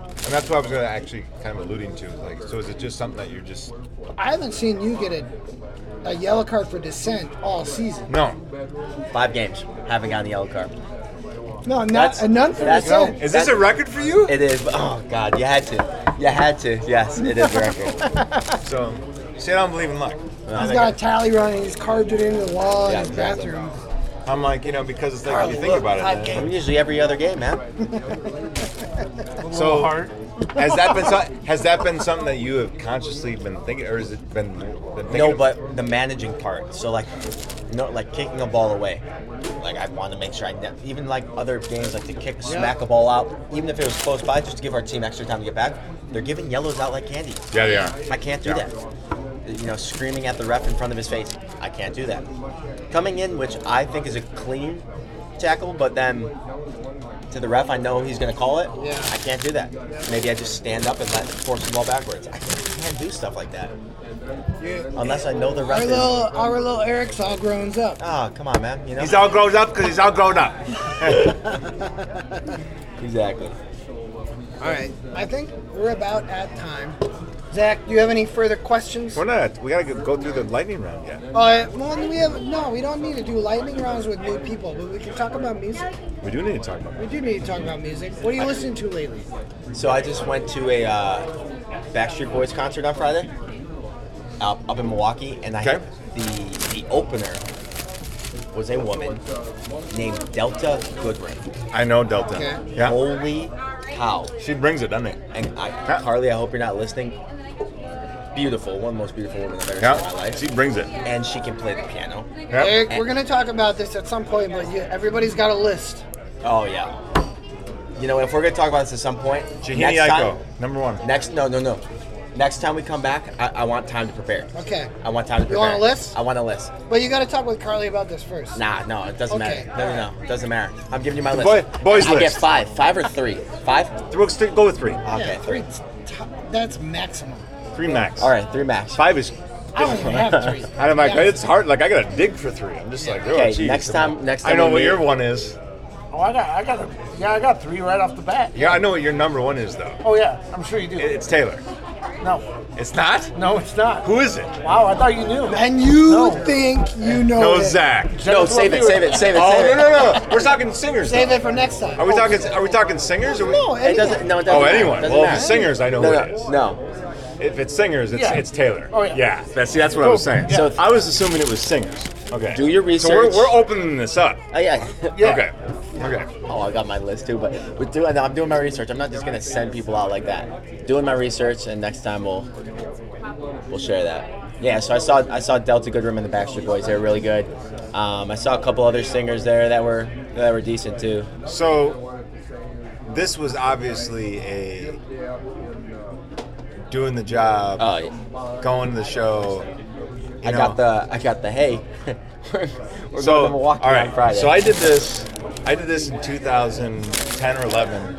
Speaker 4: And that's what I was gonna actually kind of alluding to. Like, so is it just something that you're just
Speaker 1: I haven't seen you get a, a yellow card for dissent all season.
Speaker 4: no?
Speaker 3: Five games, haven't gotten a yellow card.
Speaker 1: No, not
Speaker 3: That's-
Speaker 1: a none for
Speaker 3: that's-
Speaker 1: dissent.
Speaker 4: Is this a record for you?
Speaker 3: It is. Oh God, you had to. You had to. Yes, it is a record.
Speaker 4: So, see, I don't believe in luck.
Speaker 1: He's got a tally running. He's carved it into the wall
Speaker 3: Yeah,
Speaker 1: in his
Speaker 3: exactly.
Speaker 1: bathroom.
Speaker 4: I'm like, you know, because it's like if you think about it.
Speaker 3: Usually every other game, man.
Speaker 4: So,
Speaker 5: heart.
Speaker 4: has that been so, has that been something that you have consciously been thinking, or has it been, been thinking
Speaker 3: No,
Speaker 4: of-
Speaker 3: but the managing part. So like, no, like kicking a ball away. Like I want to make sure I ne- even like other games like to kick smack a ball out, even if it was close by, just to give our team extra time to get back. They're giving yellows out like candy.
Speaker 4: yeah, they are.
Speaker 3: I can't do
Speaker 4: Yeah.
Speaker 3: that. You know, screaming at the ref in front of his face. I can't do that. Coming in, which I think is a clean tackle, but then to the ref, I know he's going to call it.
Speaker 1: Yeah.
Speaker 3: I can't do that. Maybe I just stand up and let force the ball backwards. I can't, can't do stuff like that unless I know the ref
Speaker 1: Our
Speaker 3: is.
Speaker 1: little, our little Eric's all grown up.
Speaker 3: Ah, come on, man. You know.
Speaker 4: He's all grown up because he's all grown up.
Speaker 3: exactly.
Speaker 1: All right, I think we're about at time. Zach, do you have any further questions?
Speaker 4: We're not. We gotta go go through the lightning round yet.
Speaker 1: Uh, well, we have no. We don't need to do lightning rounds with new people, but we can talk about music.
Speaker 4: We do need to talk about.
Speaker 1: We do need to talk about music. What are you listening to lately?
Speaker 3: So I just went to a uh, Backstreet Boys concert on Friday up, up in Milwaukee, and I
Speaker 4: Okay.
Speaker 3: the the opener was a woman named Delta Goodwin.
Speaker 4: I know Delta.
Speaker 1: Okay.
Speaker 4: Yeah.
Speaker 3: Holy cow!
Speaker 4: She brings it, doesn't it?
Speaker 3: And I,
Speaker 4: Yeah.
Speaker 3: Carly, I hope you're not listening. Beautiful, one of the most beautiful women I've ever seen in my
Speaker 4: Yeah.
Speaker 3: life,
Speaker 4: She brings it.
Speaker 3: and she can play the piano.
Speaker 4: Yeah.
Speaker 1: Eric, we're gonna talk about this at some point, but you, everybody's got a list.
Speaker 3: Oh yeah. You know, if we're gonna talk about this at some point,
Speaker 4: Jahini
Speaker 3: next time,
Speaker 4: Aiko, number one.
Speaker 3: Next, no, no, no. Next time we come back, I, I want time to prepare.
Speaker 1: Okay.
Speaker 3: I want time to
Speaker 1: You
Speaker 3: prepare.
Speaker 1: want a list?
Speaker 3: I want a list.
Speaker 1: But you got to talk with Carly about this first.
Speaker 3: Nah, no, it doesn't
Speaker 1: Okay.
Speaker 3: matter. No, no, no, it doesn't matter. I'm giving you my list.
Speaker 4: boy- boys
Speaker 3: I get
Speaker 4: list.
Speaker 3: five, five or three, five.
Speaker 4: We'll stick- go with three.
Speaker 3: Okay,
Speaker 1: Yeah,
Speaker 3: three.
Speaker 1: three's top- that's maximum.
Speaker 4: Three max.
Speaker 3: All right, three max.
Speaker 4: Five is.
Speaker 1: I don't even have three.
Speaker 4: And I'm like,
Speaker 1: Yeah.
Speaker 4: it's hard. Like I gotta dig for three. I'm just like, oh,
Speaker 3: Okay,
Speaker 4: geez.
Speaker 3: next time- next
Speaker 4: I
Speaker 3: time
Speaker 4: know
Speaker 3: we
Speaker 4: what
Speaker 3: meet-
Speaker 4: your one is.
Speaker 5: Oh, I got, I got, a, yeah, I got three right off the bat.
Speaker 4: Yeah, I know what your number one is though.
Speaker 5: Oh yeah, I'm sure you do.
Speaker 4: It- It's Taylor.
Speaker 5: no,
Speaker 4: It's not.
Speaker 5: no, it's not.
Speaker 4: Who is it?
Speaker 5: Wow, I thought you knew.
Speaker 1: And you
Speaker 5: No.
Speaker 1: think you know?
Speaker 4: No,
Speaker 1: it.
Speaker 4: Zach.
Speaker 3: No, save it, save it, save it,
Speaker 4: Oh
Speaker 3: save
Speaker 4: no no
Speaker 3: it.
Speaker 4: no! We're talking singers.
Speaker 1: Save
Speaker 4: though.
Speaker 1: it for next time.
Speaker 4: Are we talking? Are we talking singers? Or we,
Speaker 1: No,
Speaker 3: It doesn't. No, it doesn't.
Speaker 4: Oh,
Speaker 3: matter.
Speaker 4: anyone.
Speaker 3: Doesn't
Speaker 4: Well, if
Speaker 3: matter.
Speaker 4: it's singers, I know
Speaker 3: no,
Speaker 4: who
Speaker 3: no,
Speaker 4: it is.
Speaker 3: No,
Speaker 4: If it's singers, it's
Speaker 5: Yeah.
Speaker 4: it's Taylor.
Speaker 5: Oh, yeah.
Speaker 4: That's, see, that's what I was saying.
Speaker 3: Yeah.
Speaker 4: So I was assuming it was singers. Okay.
Speaker 3: Do your
Speaker 4: So we're,
Speaker 3: research.
Speaker 4: we're opening this up.
Speaker 3: Oh yeah.
Speaker 5: Yeah.
Speaker 4: Okay. Okay.
Speaker 3: Oh, I got my list too, but we do, no, I'm doing my research. I'm not just gonna send people out like that. Doing my research, and next time we'll we'll share that. Yeah, so I saw I saw Delta Goodrum and the Backstreet Boys. They were really good. Um, I saw a couple other singers there that were that were decent too.
Speaker 4: So this was obviously a doing the job,
Speaker 3: Oh, yeah.
Speaker 4: going to the show.
Speaker 3: I got the I got the hey. we're we're going to Milwaukee
Speaker 4: all right.
Speaker 3: on Friday.
Speaker 4: So I did this. I did this in 2010 or 11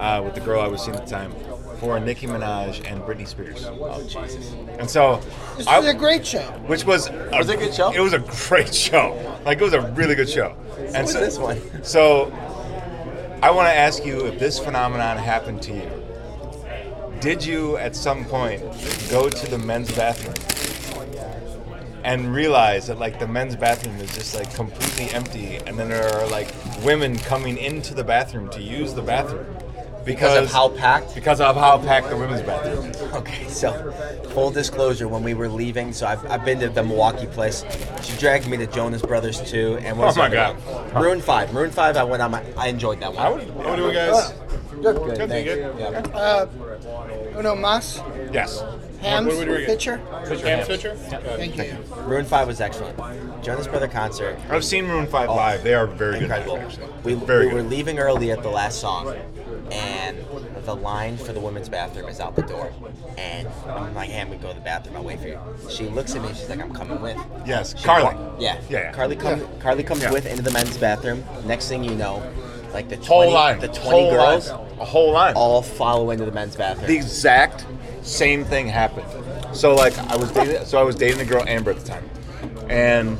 Speaker 4: uh, with the girl I was seeing at the time for Nicki Minaj and Britney Spears.
Speaker 3: oh Jesus.
Speaker 4: And so,
Speaker 1: This
Speaker 4: I-
Speaker 1: is a great show.
Speaker 4: which was was
Speaker 3: it a good show?
Speaker 4: It was a great show. Like it was a really good show. And
Speaker 3: was
Speaker 4: so
Speaker 3: this one.
Speaker 4: So, I want to ask you if this phenomenon happened to you. Did you at some point go to the men's bathroom and realize that like the men's bathroom is just like completely empty, and then there are like women coming into the bathroom to use the bathroom
Speaker 3: Because of how packed.
Speaker 4: because of how packed the women's bathroom. is.
Speaker 3: Okay, so full disclosure, when we were leaving, so I've, I've been to the Milwaukee place. She dragged me to Jonas Brothers too, and what
Speaker 4: Oh
Speaker 3: was
Speaker 4: my
Speaker 3: the other
Speaker 4: God.
Speaker 3: one? Maroon Five. Maroon Five. I went on my. I enjoyed that one.
Speaker 4: How, how do you guys?
Speaker 3: Good,
Speaker 4: Good,
Speaker 3: thanks.
Speaker 4: good.
Speaker 3: Yeah.
Speaker 1: Uh, Uno Mas,
Speaker 4: Yes.
Speaker 1: Hams,
Speaker 2: what are we doing?
Speaker 1: pitcher.
Speaker 2: Cam Pitcher?
Speaker 1: Thank you.
Speaker 3: Maroon Five was excellent. Jonas Brother concert.
Speaker 4: I've seen Maroon 5 live. They are very
Speaker 3: Oh, incredible.
Speaker 4: good live, actually.
Speaker 3: We,
Speaker 4: very
Speaker 3: we were
Speaker 4: good.
Speaker 3: leaving early at the last song, and the line for the women's bathroom is out the door. And I'm like, hey, I'm gonna go to the bathroom. I'll wait for you. She looks at me. She's like, I'm coming with.
Speaker 4: Yes,
Speaker 3: She-
Speaker 4: Carly.
Speaker 3: Yeah.
Speaker 4: Yeah, yeah.
Speaker 3: Carly comes. Carly comes
Speaker 4: Yeah.
Speaker 3: with into the men's bathroom. Next thing you know, like the 20,
Speaker 4: whole line.
Speaker 3: the 20
Speaker 4: whole
Speaker 3: girls
Speaker 4: Line. A whole line.
Speaker 3: all follow into the men's bathroom.
Speaker 4: the exact same thing happened. So like I was dating, so I was dating a girl Amber at the time, and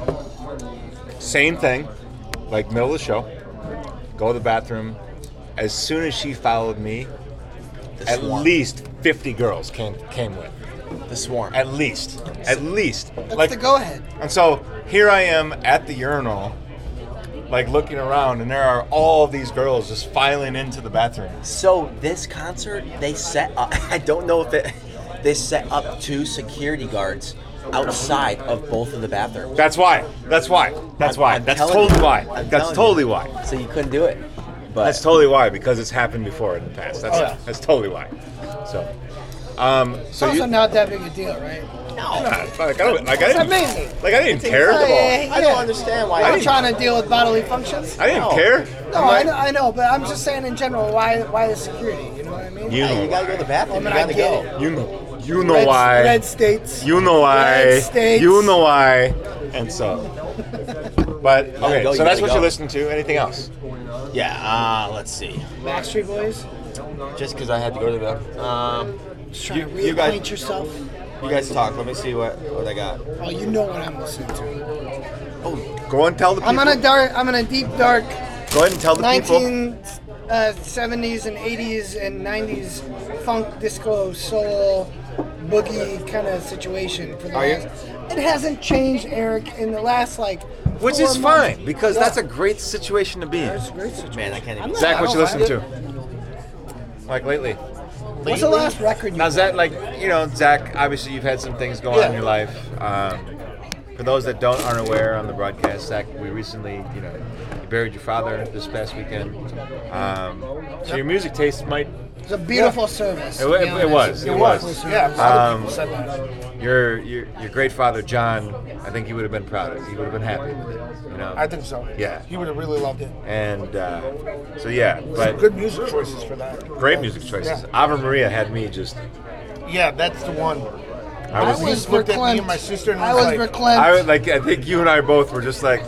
Speaker 4: same thing, like middle of the show, go to the bathroom. As soon as she followed me,
Speaker 3: The
Speaker 4: at
Speaker 3: swarm.
Speaker 4: least fifty girls came came with.
Speaker 3: the swarm.
Speaker 4: At least, at least.
Speaker 1: That's the go ahead.
Speaker 4: And so here I am at the urinal, like looking around, and there are all these girls just filing into the bathroom.
Speaker 3: So this concert, they set up. I don't know if it. They set up two security guards outside of both of the bathrooms.
Speaker 4: That's why. That's why. That's
Speaker 3: I'm-
Speaker 4: why.
Speaker 3: I'm
Speaker 4: That's
Speaker 3: telling
Speaker 4: totally
Speaker 3: you.
Speaker 4: why.
Speaker 3: I'm
Speaker 4: That's
Speaker 3: telling
Speaker 4: totally
Speaker 3: you.
Speaker 4: why.
Speaker 3: So you couldn't do it. but
Speaker 4: That's totally why, because it's happened before in the past. That's
Speaker 5: Oh, yeah.
Speaker 4: that's totally why. So, um,
Speaker 1: It's
Speaker 4: so
Speaker 1: also
Speaker 4: you.
Speaker 1: not that big a deal, right?
Speaker 4: Like I don't, like I
Speaker 1: It's
Speaker 4: didn't,
Speaker 1: amazing.
Speaker 4: like I didn't care.
Speaker 1: insane.
Speaker 3: I
Speaker 1: Yeah.
Speaker 3: don't understand why.
Speaker 1: I'm not
Speaker 3: you-
Speaker 1: trying to deal with bodily functions.
Speaker 4: I didn't
Speaker 3: No.
Speaker 4: care.
Speaker 1: no, I know, I know, but I'm just saying in general, why why the security? You know what I mean?
Speaker 4: You
Speaker 3: Hey, you gotta go to the bathroom.
Speaker 1: I mean,
Speaker 3: you gotta
Speaker 1: I get
Speaker 3: go.
Speaker 1: it.
Speaker 4: You know, you know
Speaker 1: red,
Speaker 4: why.
Speaker 1: Red states.
Speaker 4: You know why.
Speaker 1: Red states.
Speaker 4: You know why. And so. But okay,
Speaker 3: go,
Speaker 4: so
Speaker 3: you
Speaker 4: that's
Speaker 3: gotta
Speaker 4: what
Speaker 3: go.
Speaker 4: you're listening to. Anything else?
Speaker 3: Yeah. Uh, let's see.
Speaker 1: Backstreet Boys.
Speaker 3: Just because I had to go to the. Um,
Speaker 1: Just trying
Speaker 3: You-
Speaker 1: to
Speaker 3: you guys-
Speaker 1: reacquaint yourself.
Speaker 3: you guys talk. Let me see what what I got.
Speaker 1: Oh, you know what I'm listening to.
Speaker 4: Go and tell the people.
Speaker 1: I'm on a dark. I'm on a deep dark
Speaker 4: Go ahead and tell the people.
Speaker 1: 1970s and 80s and 90s funk, disco, soul, boogie kind of situation for the
Speaker 3: Are you?
Speaker 1: last. It hasn't changed, Eric, in the last like.
Speaker 4: Which
Speaker 1: four
Speaker 4: is
Speaker 1: months.
Speaker 4: fine because
Speaker 1: Yeah.
Speaker 4: that's a great situation to be in.
Speaker 1: That's a great situation.
Speaker 3: Man, I can't
Speaker 1: I'm
Speaker 3: even.
Speaker 1: not-
Speaker 4: Zach, what
Speaker 1: I
Speaker 4: you
Speaker 1: don't mind
Speaker 4: listening to?
Speaker 1: it.
Speaker 4: Like lately.
Speaker 1: What's the last record you?
Speaker 4: Now, Zach, like you know, Zach. Obviously, you've had some things going on in
Speaker 1: Yeah.
Speaker 4: your life. Um, for those that don't aren't aware on the broadcast, Zach, we recently, you know, you buried your father this past weekend. Um, so your music taste might
Speaker 1: It's a beautiful service.
Speaker 4: It
Speaker 1: to
Speaker 4: wa-
Speaker 1: be
Speaker 4: it
Speaker 1: honest.
Speaker 4: was, it
Speaker 1: Beautiful
Speaker 4: was.
Speaker 1: service.
Speaker 5: Yeah, a
Speaker 4: lot of people Um,
Speaker 1: said that.
Speaker 4: your your your great father John. I think he would have been proud of. He would have been happy. With it, you know.
Speaker 5: I think so.
Speaker 4: Yeah.
Speaker 5: He would have really loved it.
Speaker 4: And uh, so yeah, but
Speaker 5: Good music choices for that.
Speaker 4: great music choices. Ava Maria had me just.
Speaker 5: Yeah, yeah that's the one.
Speaker 4: I
Speaker 1: I
Speaker 4: was.
Speaker 5: he
Speaker 1: was
Speaker 5: looked at me
Speaker 1: reclamped.
Speaker 5: and my sister and
Speaker 1: I was
Speaker 5: was like-
Speaker 1: reclamped.
Speaker 4: I was like. I think you and I both were just like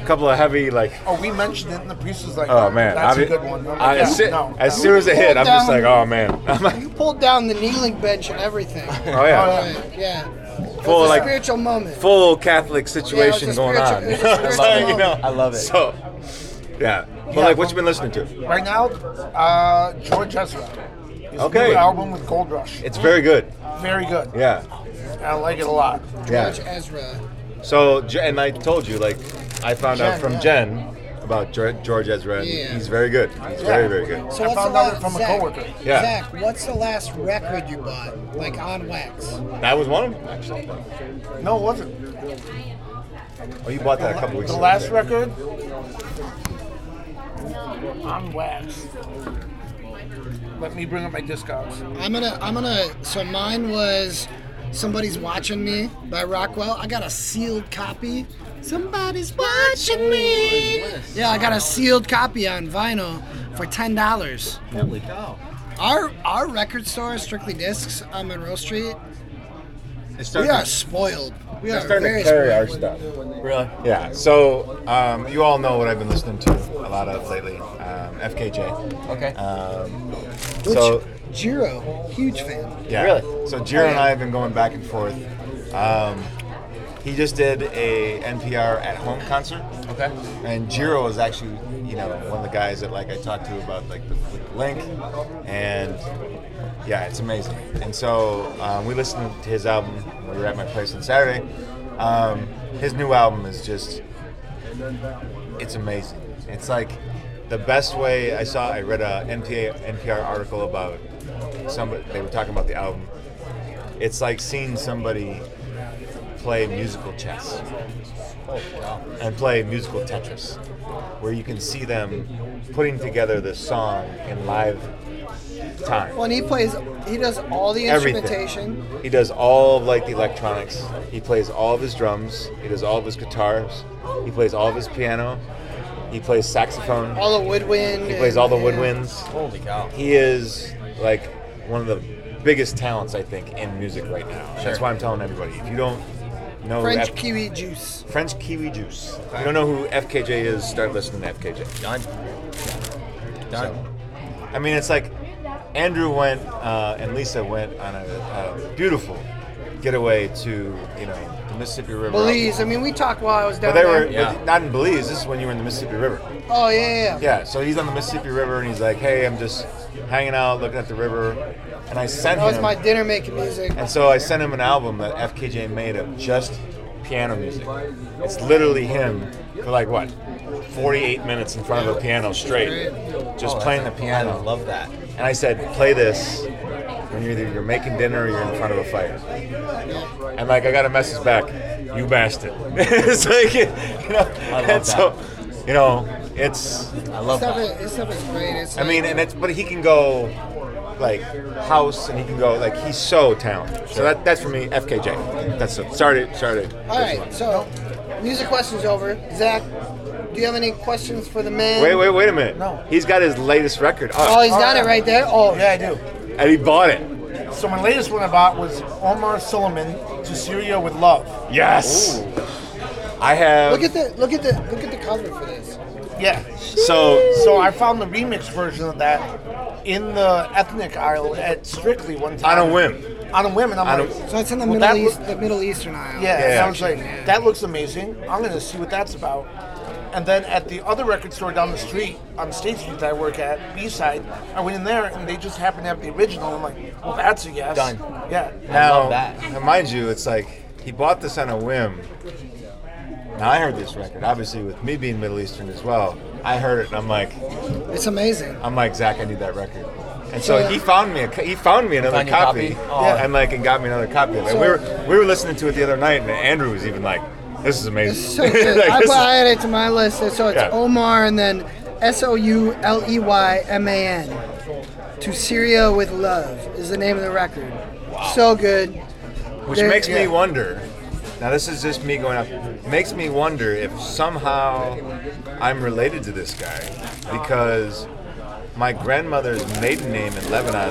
Speaker 4: a couple of heavy like.
Speaker 5: Oh, we mentioned it, and the priest was like,
Speaker 4: Oh man,
Speaker 5: that's
Speaker 4: I,
Speaker 5: a good one." I'm
Speaker 4: I-
Speaker 5: like,
Speaker 4: as,
Speaker 5: "Yeah,
Speaker 4: si-
Speaker 5: no,
Speaker 4: as
Speaker 5: no."
Speaker 4: soon as it hit, I'm just
Speaker 1: Down.
Speaker 4: like, oh man, I'm like,
Speaker 1: you pulled down the kneeling bench and everything.
Speaker 4: oh yeah,
Speaker 1: Right, yeah. It
Speaker 4: Full,
Speaker 1: was a
Speaker 4: like-
Speaker 1: spiritual moment.
Speaker 4: full Catholic situation
Speaker 1: Yeah, it was a
Speaker 4: going on.
Speaker 1: spiritual- it was a
Speaker 4: It's
Speaker 1: spiritual
Speaker 4: you know,
Speaker 1: moment.
Speaker 3: I love it.
Speaker 4: So, yeah, but
Speaker 5: Yeah.
Speaker 4: like, what you been listening to?
Speaker 5: right now, uh, George Ezra. His
Speaker 4: Okay.
Speaker 5: new album with Gold Rush.
Speaker 4: It's very good.
Speaker 5: very good.
Speaker 4: Yeah,
Speaker 5: I like it a lot.
Speaker 1: Judge
Speaker 4: yeah.
Speaker 1: Ezra.
Speaker 4: So, Je- and I told you, like, I found out
Speaker 5: Jen,
Speaker 4: from
Speaker 5: yeah.
Speaker 4: Jen about Ge- George Ezra. and
Speaker 1: Yeah.
Speaker 4: He's very good. He's very, very good.
Speaker 1: So
Speaker 5: I
Speaker 1: what's
Speaker 5: found
Speaker 1: the
Speaker 5: out
Speaker 1: la-
Speaker 5: from a
Speaker 1: Zach,
Speaker 5: coworker.
Speaker 4: Yeah.
Speaker 1: Zach, what's the last record you bought, like on wax?
Speaker 4: That was one of them, actually.
Speaker 5: No, it wasn't.
Speaker 4: Oh, you bought that a couple weeks
Speaker 5: The
Speaker 4: ago.
Speaker 5: last record? On wax. Let me bring up my discogs.
Speaker 1: I'm gonna, I'm gonna. So mine was "Somebody's Watching Me" by Rockwell. I got a sealed copy. Somebody's watching me. Yeah, I got a sealed copy on vinyl for ten dollars.
Speaker 3: Holy cow!
Speaker 1: Our our record store, Strictly Discs, on Monroe Street.
Speaker 4: It's
Speaker 1: We
Speaker 4: starting
Speaker 1: are
Speaker 4: to-
Speaker 1: spoiled. We
Speaker 4: they're
Speaker 1: are
Speaker 4: starting
Speaker 1: very
Speaker 4: to carry
Speaker 1: spoiled.
Speaker 4: our stuff.
Speaker 3: Really?
Speaker 4: Yeah. So um, you all know what I've been listening to a lot of lately. Um, FKJ.
Speaker 3: Okay.
Speaker 4: Um,
Speaker 1: Which
Speaker 4: so
Speaker 1: Jiro, huge fan.
Speaker 4: yeah.
Speaker 3: Really?
Speaker 4: So Jiro and I have been going back and forth. Um, he just did a NPR at home concert,
Speaker 3: Okay.
Speaker 4: and Jiro is actually you know one of the guys that like I talked to about like the, the link, and yeah, it's amazing. And so um, we listened to his album when we were at my place on Saturday. Um, his new album is just it's amazing. It's like the best way I saw. I read a NPA, NPR article about somebody. They were talking about the album. It's like seeing somebody play musical chess and play musical Tetris, where you can see them putting together this song in live time.
Speaker 1: When he plays, he does all the
Speaker 4: Everything.
Speaker 1: instrumentation.
Speaker 4: He does all of like the electronics. He plays all of his drums. He does all of his guitars. He plays all of his piano. He plays saxophone.
Speaker 1: all the woodwind.
Speaker 4: He plays all the
Speaker 1: and-
Speaker 4: woodwinds.
Speaker 3: Holy cow!
Speaker 4: He is like one of the biggest talents I think in music right now. That's why I'm telling everybody. If you don't know
Speaker 1: French
Speaker 4: F-
Speaker 1: kiwi juice.
Speaker 4: French Kiwi Juice, if you don't know who FKJ is, start listening to FKJ.
Speaker 3: Done. Done.
Speaker 4: So, I mean, it's like Andrew went uh, and Lisa went on a, a beautiful getaway to you know the Mississippi River.
Speaker 1: Belize. I mean, we talked while I was
Speaker 4: But
Speaker 1: down
Speaker 4: they were
Speaker 1: there.
Speaker 4: but not in Belize. This is when you were in the Mississippi River.
Speaker 1: Oh yeah, yeah, yeah.
Speaker 4: Yeah, so he's on the Mississippi River and he's like, "Hey, I'm just hanging out, looking at the river," and I sent
Speaker 1: That was
Speaker 4: him.
Speaker 1: my dinner making music.
Speaker 4: and so I sent him an album that FKJ made of just piano music. It's literally him for like what, 48 minutes in front of a piano straight,
Speaker 1: Oh,
Speaker 4: just playing the piano.
Speaker 3: I love that.
Speaker 4: And I said, play this when you're either you're making dinner or you're in front of a fire. And like I got a message back, you masked it. it's like you know.
Speaker 3: love
Speaker 4: and so you know, it's I love
Speaker 1: Stuff
Speaker 4: that.
Speaker 1: is, his stuff is great. It's
Speaker 4: I
Speaker 1: like-
Speaker 4: mean, and it's but he can go like house, and he can go like he's so talented. So that that's for me, FKJ. That's it. Sorry, to- sorry. to-
Speaker 1: all right. So, music questions over. Zach, do you have any questions for the man?
Speaker 4: Wait, wait, wait a minute.
Speaker 5: No.
Speaker 4: He's got his latest record
Speaker 1: Oh,
Speaker 4: up,
Speaker 1: he's got it right there. Oh,
Speaker 5: Yeah, I do.
Speaker 4: and he bought it.
Speaker 5: So my latest one I bought was Omar Suleiman to Syria with Love.
Speaker 4: Yes. I have.
Speaker 1: Look at the look at the look at the cover for this.
Speaker 5: Yeah.
Speaker 4: so
Speaker 5: So I found the remix version of that in the ethnic aisle at Strictly one time.
Speaker 4: on a whim.
Speaker 5: On a whim, and I'm
Speaker 4: On a-
Speaker 5: like,
Speaker 1: So it's in the
Speaker 5: Well, that
Speaker 1: Middle
Speaker 5: loo-
Speaker 1: East, the Middle Eastern aisle.
Speaker 5: yeah.
Speaker 4: Yeah.
Speaker 5: And I was like, that looks amazing. I'm gonna see what that's about. And then at the other record store down the street on State Street that I work at, B side, I went in there and they just happened to have the original. I'm like, well, that's a yes.
Speaker 4: Done.
Speaker 5: Yeah.
Speaker 4: Now,
Speaker 3: love that.
Speaker 4: now, mind you, it's like he bought this on a whim. Now I heard this record, obviously with me being Middle Eastern as well. I heard it and I'm like,
Speaker 1: It's amazing.
Speaker 4: I'm like Zach, I need that record. And so he found me, a, co- he found me another
Speaker 3: Found you a
Speaker 4: copy,
Speaker 3: copy? Oh. Aw.
Speaker 4: and like and got me another copy. Like,
Speaker 1: So-
Speaker 4: we were we were listening to it the other night, and Andrew was even like, "This is amazing."
Speaker 1: It's so good.
Speaker 4: Like,
Speaker 1: I
Speaker 4: this is-
Speaker 1: added it to my list. So it's
Speaker 4: Yeah.
Speaker 1: Omar and then S O U L E Y M A N. To Syria with Love is the name of the record. So good.
Speaker 4: Which
Speaker 1: There-
Speaker 4: makes me
Speaker 1: yeah.
Speaker 4: wonder. Now this is just me going up. Makes me wonder if somehow I'm related to this guy because my grandmother's maiden name in Lebanon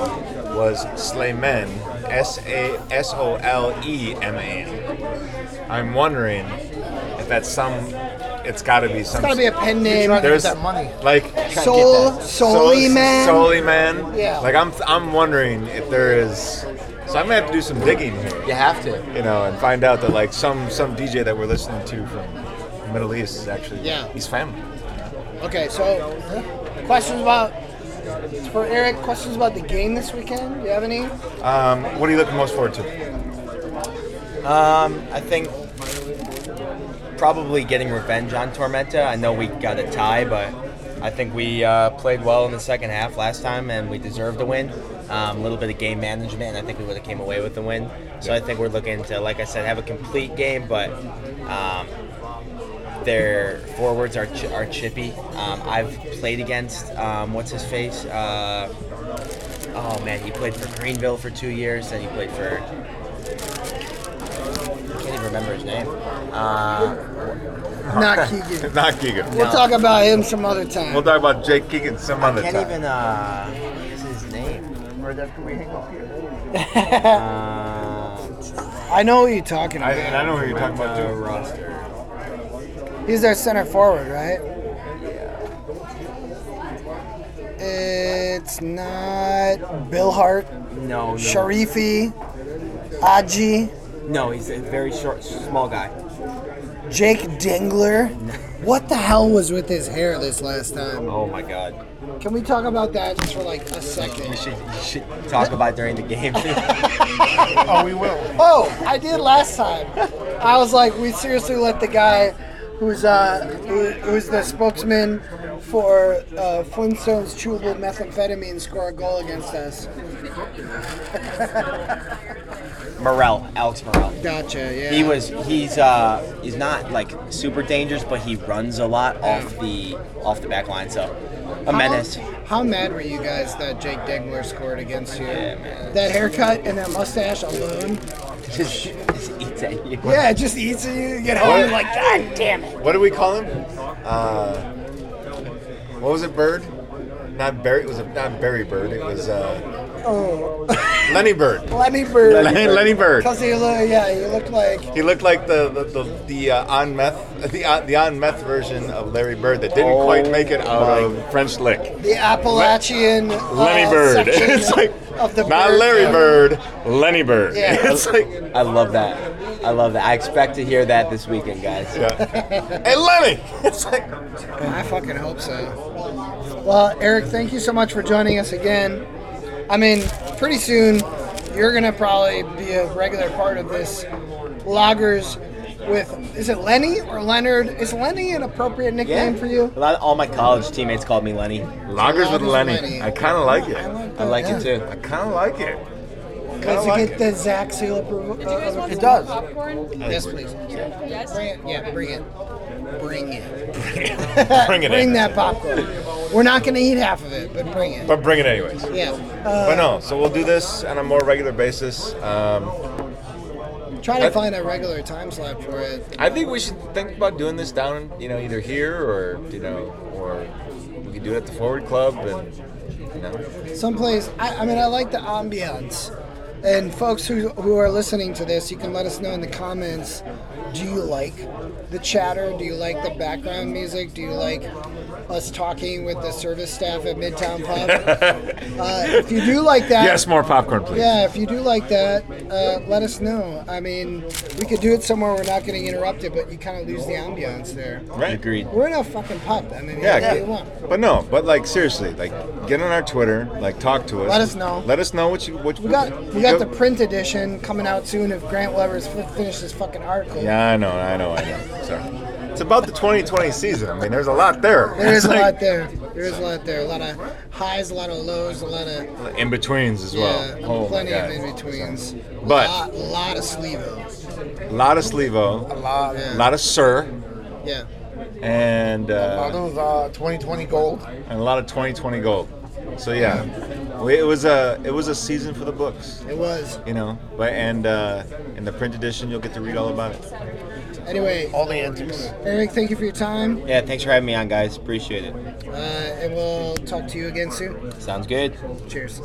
Speaker 4: was Sleiman, S A S O L E M A N. I'm wondering if that's some. It's got to be some.
Speaker 1: It's gotta be a pen name.
Speaker 5: trying to-
Speaker 4: There's
Speaker 5: that money.
Speaker 4: Like
Speaker 1: Soul, Souli man.
Speaker 4: Solely man.
Speaker 1: Yeah.
Speaker 4: Like I'm. I'm wondering if there is. So I'm gonna have to do some digging here
Speaker 3: You have to.
Speaker 4: you know, and find out that like some some DJ that we're listening to from the Middle East is actually
Speaker 1: Yeah.
Speaker 4: he's family.
Speaker 1: Okay, so questions about for Eric. Questions about the game this weekend? Do you have any?
Speaker 4: Um, what are you looking most forward to?
Speaker 3: Um, I think probably getting revenge on Tormenta. I know we got a tie, but I think we uh, played well in the second half last time, and we deserved a win. Um, a little bit of game management, and I think we would have came away with the win. So I think we're looking to, like I said, have a complete game, but um, their forwards are ch- are chippy. Um, I've played against um, what's his face. Uh, oh man, he played for Greenville for two years, then he played for. I can't even remember his name. Uh,
Speaker 1: Not Keegan.
Speaker 4: Not Giga.
Speaker 1: We'll talk about him some other time.
Speaker 4: We'll talk about Jake Keegan some
Speaker 3: I
Speaker 4: other
Speaker 3: can't
Speaker 4: time.
Speaker 3: even. Uh, what's his name? Uh,
Speaker 1: I know what you're talking
Speaker 4: I,
Speaker 1: about.
Speaker 4: and I know who you're talking about too. Roster.
Speaker 1: He's their center forward, right? It's not Bill Hart,
Speaker 3: no, no,
Speaker 1: Sharifi, Aji,
Speaker 3: no. He's a very short, small guy.
Speaker 1: Jake Dingler. What the hell was with his hair this last time?
Speaker 3: Oh my god.
Speaker 1: Can we talk about that just for like a second?
Speaker 3: We should, we should talk about it during the game.
Speaker 5: Oh, we will.
Speaker 1: Oh, I did last time. I was like, we seriously let the guy who's uh who, who's the spokesman for uh, Flintstones chewable methamphetamine score a goal against us.
Speaker 3: Morel, Alex Morel.
Speaker 1: Gotcha. Yeah.
Speaker 3: He was he's uh he's not like super dangerous, but he runs a lot off the off the back line, so a
Speaker 1: How-
Speaker 3: menace.
Speaker 1: How mad were you guys that Jake Degler scored against you?
Speaker 3: Yeah, man.
Speaker 1: That haircut and that mustache alone.
Speaker 3: Just, just eats at you.
Speaker 1: Yeah, it just eats at you. You get home you're like, God damn it.
Speaker 4: What do we call him? Uh, what was it? Bird? Not Barry. It was a, not Barry Bird. It was uh,
Speaker 1: Oh,
Speaker 4: Lenny Bird.
Speaker 1: Lenny Bird.
Speaker 4: Lenny, Lenny Bird.
Speaker 1: Because he looked, yeah, he looked like
Speaker 4: He looked like the the, the, the uh, on meth the on, the on meth version of Larry Bird that didn't quite make it out
Speaker 1: Oh
Speaker 4: of French Lick.
Speaker 1: the Appalachian uh,
Speaker 4: Lenny Bird.
Speaker 1: section
Speaker 4: it's like
Speaker 1: of the
Speaker 4: not
Speaker 1: bird
Speaker 4: Larry
Speaker 1: family.
Speaker 4: Bird, Lenny Bird.
Speaker 1: Yeah.
Speaker 4: It's like
Speaker 3: I love that. I love that. I expect to hear that this weekend, guys.
Speaker 4: yeah. Hey Lenny. It's like
Speaker 1: I fucking hope so. Well, Eric, thank you so much for joining us again. I mean, pretty soon you're gonna probably be a regular part of this loggers with is it Lenny or Leonard? Is Lenny an appropriate nickname for you?
Speaker 3: A lot, all my college teammates called me Lenny.
Speaker 4: Loggers with
Speaker 1: with
Speaker 4: Lenny.
Speaker 1: Lenny.
Speaker 4: I kind of like it.
Speaker 3: I like
Speaker 1: Oh, Yeah.
Speaker 3: it too.
Speaker 4: I kind of like it. Kinda
Speaker 1: Does it
Speaker 4: like
Speaker 1: get
Speaker 4: it.
Speaker 1: the Zach seal approval?
Speaker 2: Do you guys want
Speaker 5: It
Speaker 2: some
Speaker 5: does.
Speaker 2: popcorn?
Speaker 1: Yes, please.
Speaker 2: Yes.
Speaker 1: Bring it. Yeah, bring it. bring it.
Speaker 4: Bring it
Speaker 1: bring
Speaker 4: in.
Speaker 1: that popcorn. We're not going to eat half of it, but bring it.
Speaker 4: But bring it anyways.
Speaker 1: Yeah.
Speaker 4: But
Speaker 1: Uh,
Speaker 4: no, so we'll do this on a more regular basis. Um,
Speaker 1: try to
Speaker 4: I-
Speaker 1: find a regular time slot for it.
Speaker 4: I think we should think about doing this down, you know, either here or you know, or we could do it at the Forward Club, and you
Speaker 1: Uh,
Speaker 4: know,
Speaker 1: Someplace. I, I mean, I like the ambiance. And folks who, who are listening to this, you can let us know in the comments. Do you like the chatter? Do you like the background music? Do you like us talking with the service staff at Midtown Pub? uh, if you do like that,
Speaker 4: more popcorn, please.
Speaker 1: Yeah, if you do like that, uh, let us know. I mean, we could do it somewhere we're not getting interrupted, but you kind of lose the ambiance there.
Speaker 4: Right.
Speaker 3: Agreed.
Speaker 1: We're in a fucking pub. I mean,
Speaker 4: Yeah,
Speaker 1: yeah,
Speaker 4: get-
Speaker 1: you want.
Speaker 4: but no, but like seriously, like get on our Twitter, like talk to us.
Speaker 1: Let us know.
Speaker 4: Let us know what you what
Speaker 1: We got we got the print edition coming out soon if Grant Weber's fi- finished this fucking article.
Speaker 4: Yeah, I know, I know, I know. Sorry. It's about the 2020 season. I mean, there's a lot there.
Speaker 1: There is
Speaker 4: It's
Speaker 1: a
Speaker 4: like-
Speaker 1: lot there. There is a lot there. A lot of highs, a lot of lows, a lot of
Speaker 4: in betweens as well.
Speaker 1: yeah,
Speaker 4: oh my
Speaker 1: plenty
Speaker 4: God.
Speaker 1: of in betweens.
Speaker 4: But-
Speaker 1: a lot, lot of sleevo.
Speaker 4: A lot of Slevo,
Speaker 5: lot.
Speaker 4: a
Speaker 1: Yeah.
Speaker 4: lot of Sir,
Speaker 1: yeah.
Speaker 4: and
Speaker 5: A lot
Speaker 4: uh,
Speaker 5: of uh, 2020 gold.
Speaker 4: and a lot of 2020 gold. So yeah, we, it was a it was a season for the books,
Speaker 1: It was.
Speaker 4: you know. But and uh, in the print edition, you'll get to read all about it.
Speaker 1: Anyway,
Speaker 5: All the antics.
Speaker 1: Eric, thank you for your time.
Speaker 3: Yeah, thanks for having me on, guys. Appreciate it.
Speaker 1: Uh, and we'll talk to you again soon.
Speaker 3: Sounds good.
Speaker 1: Cheers.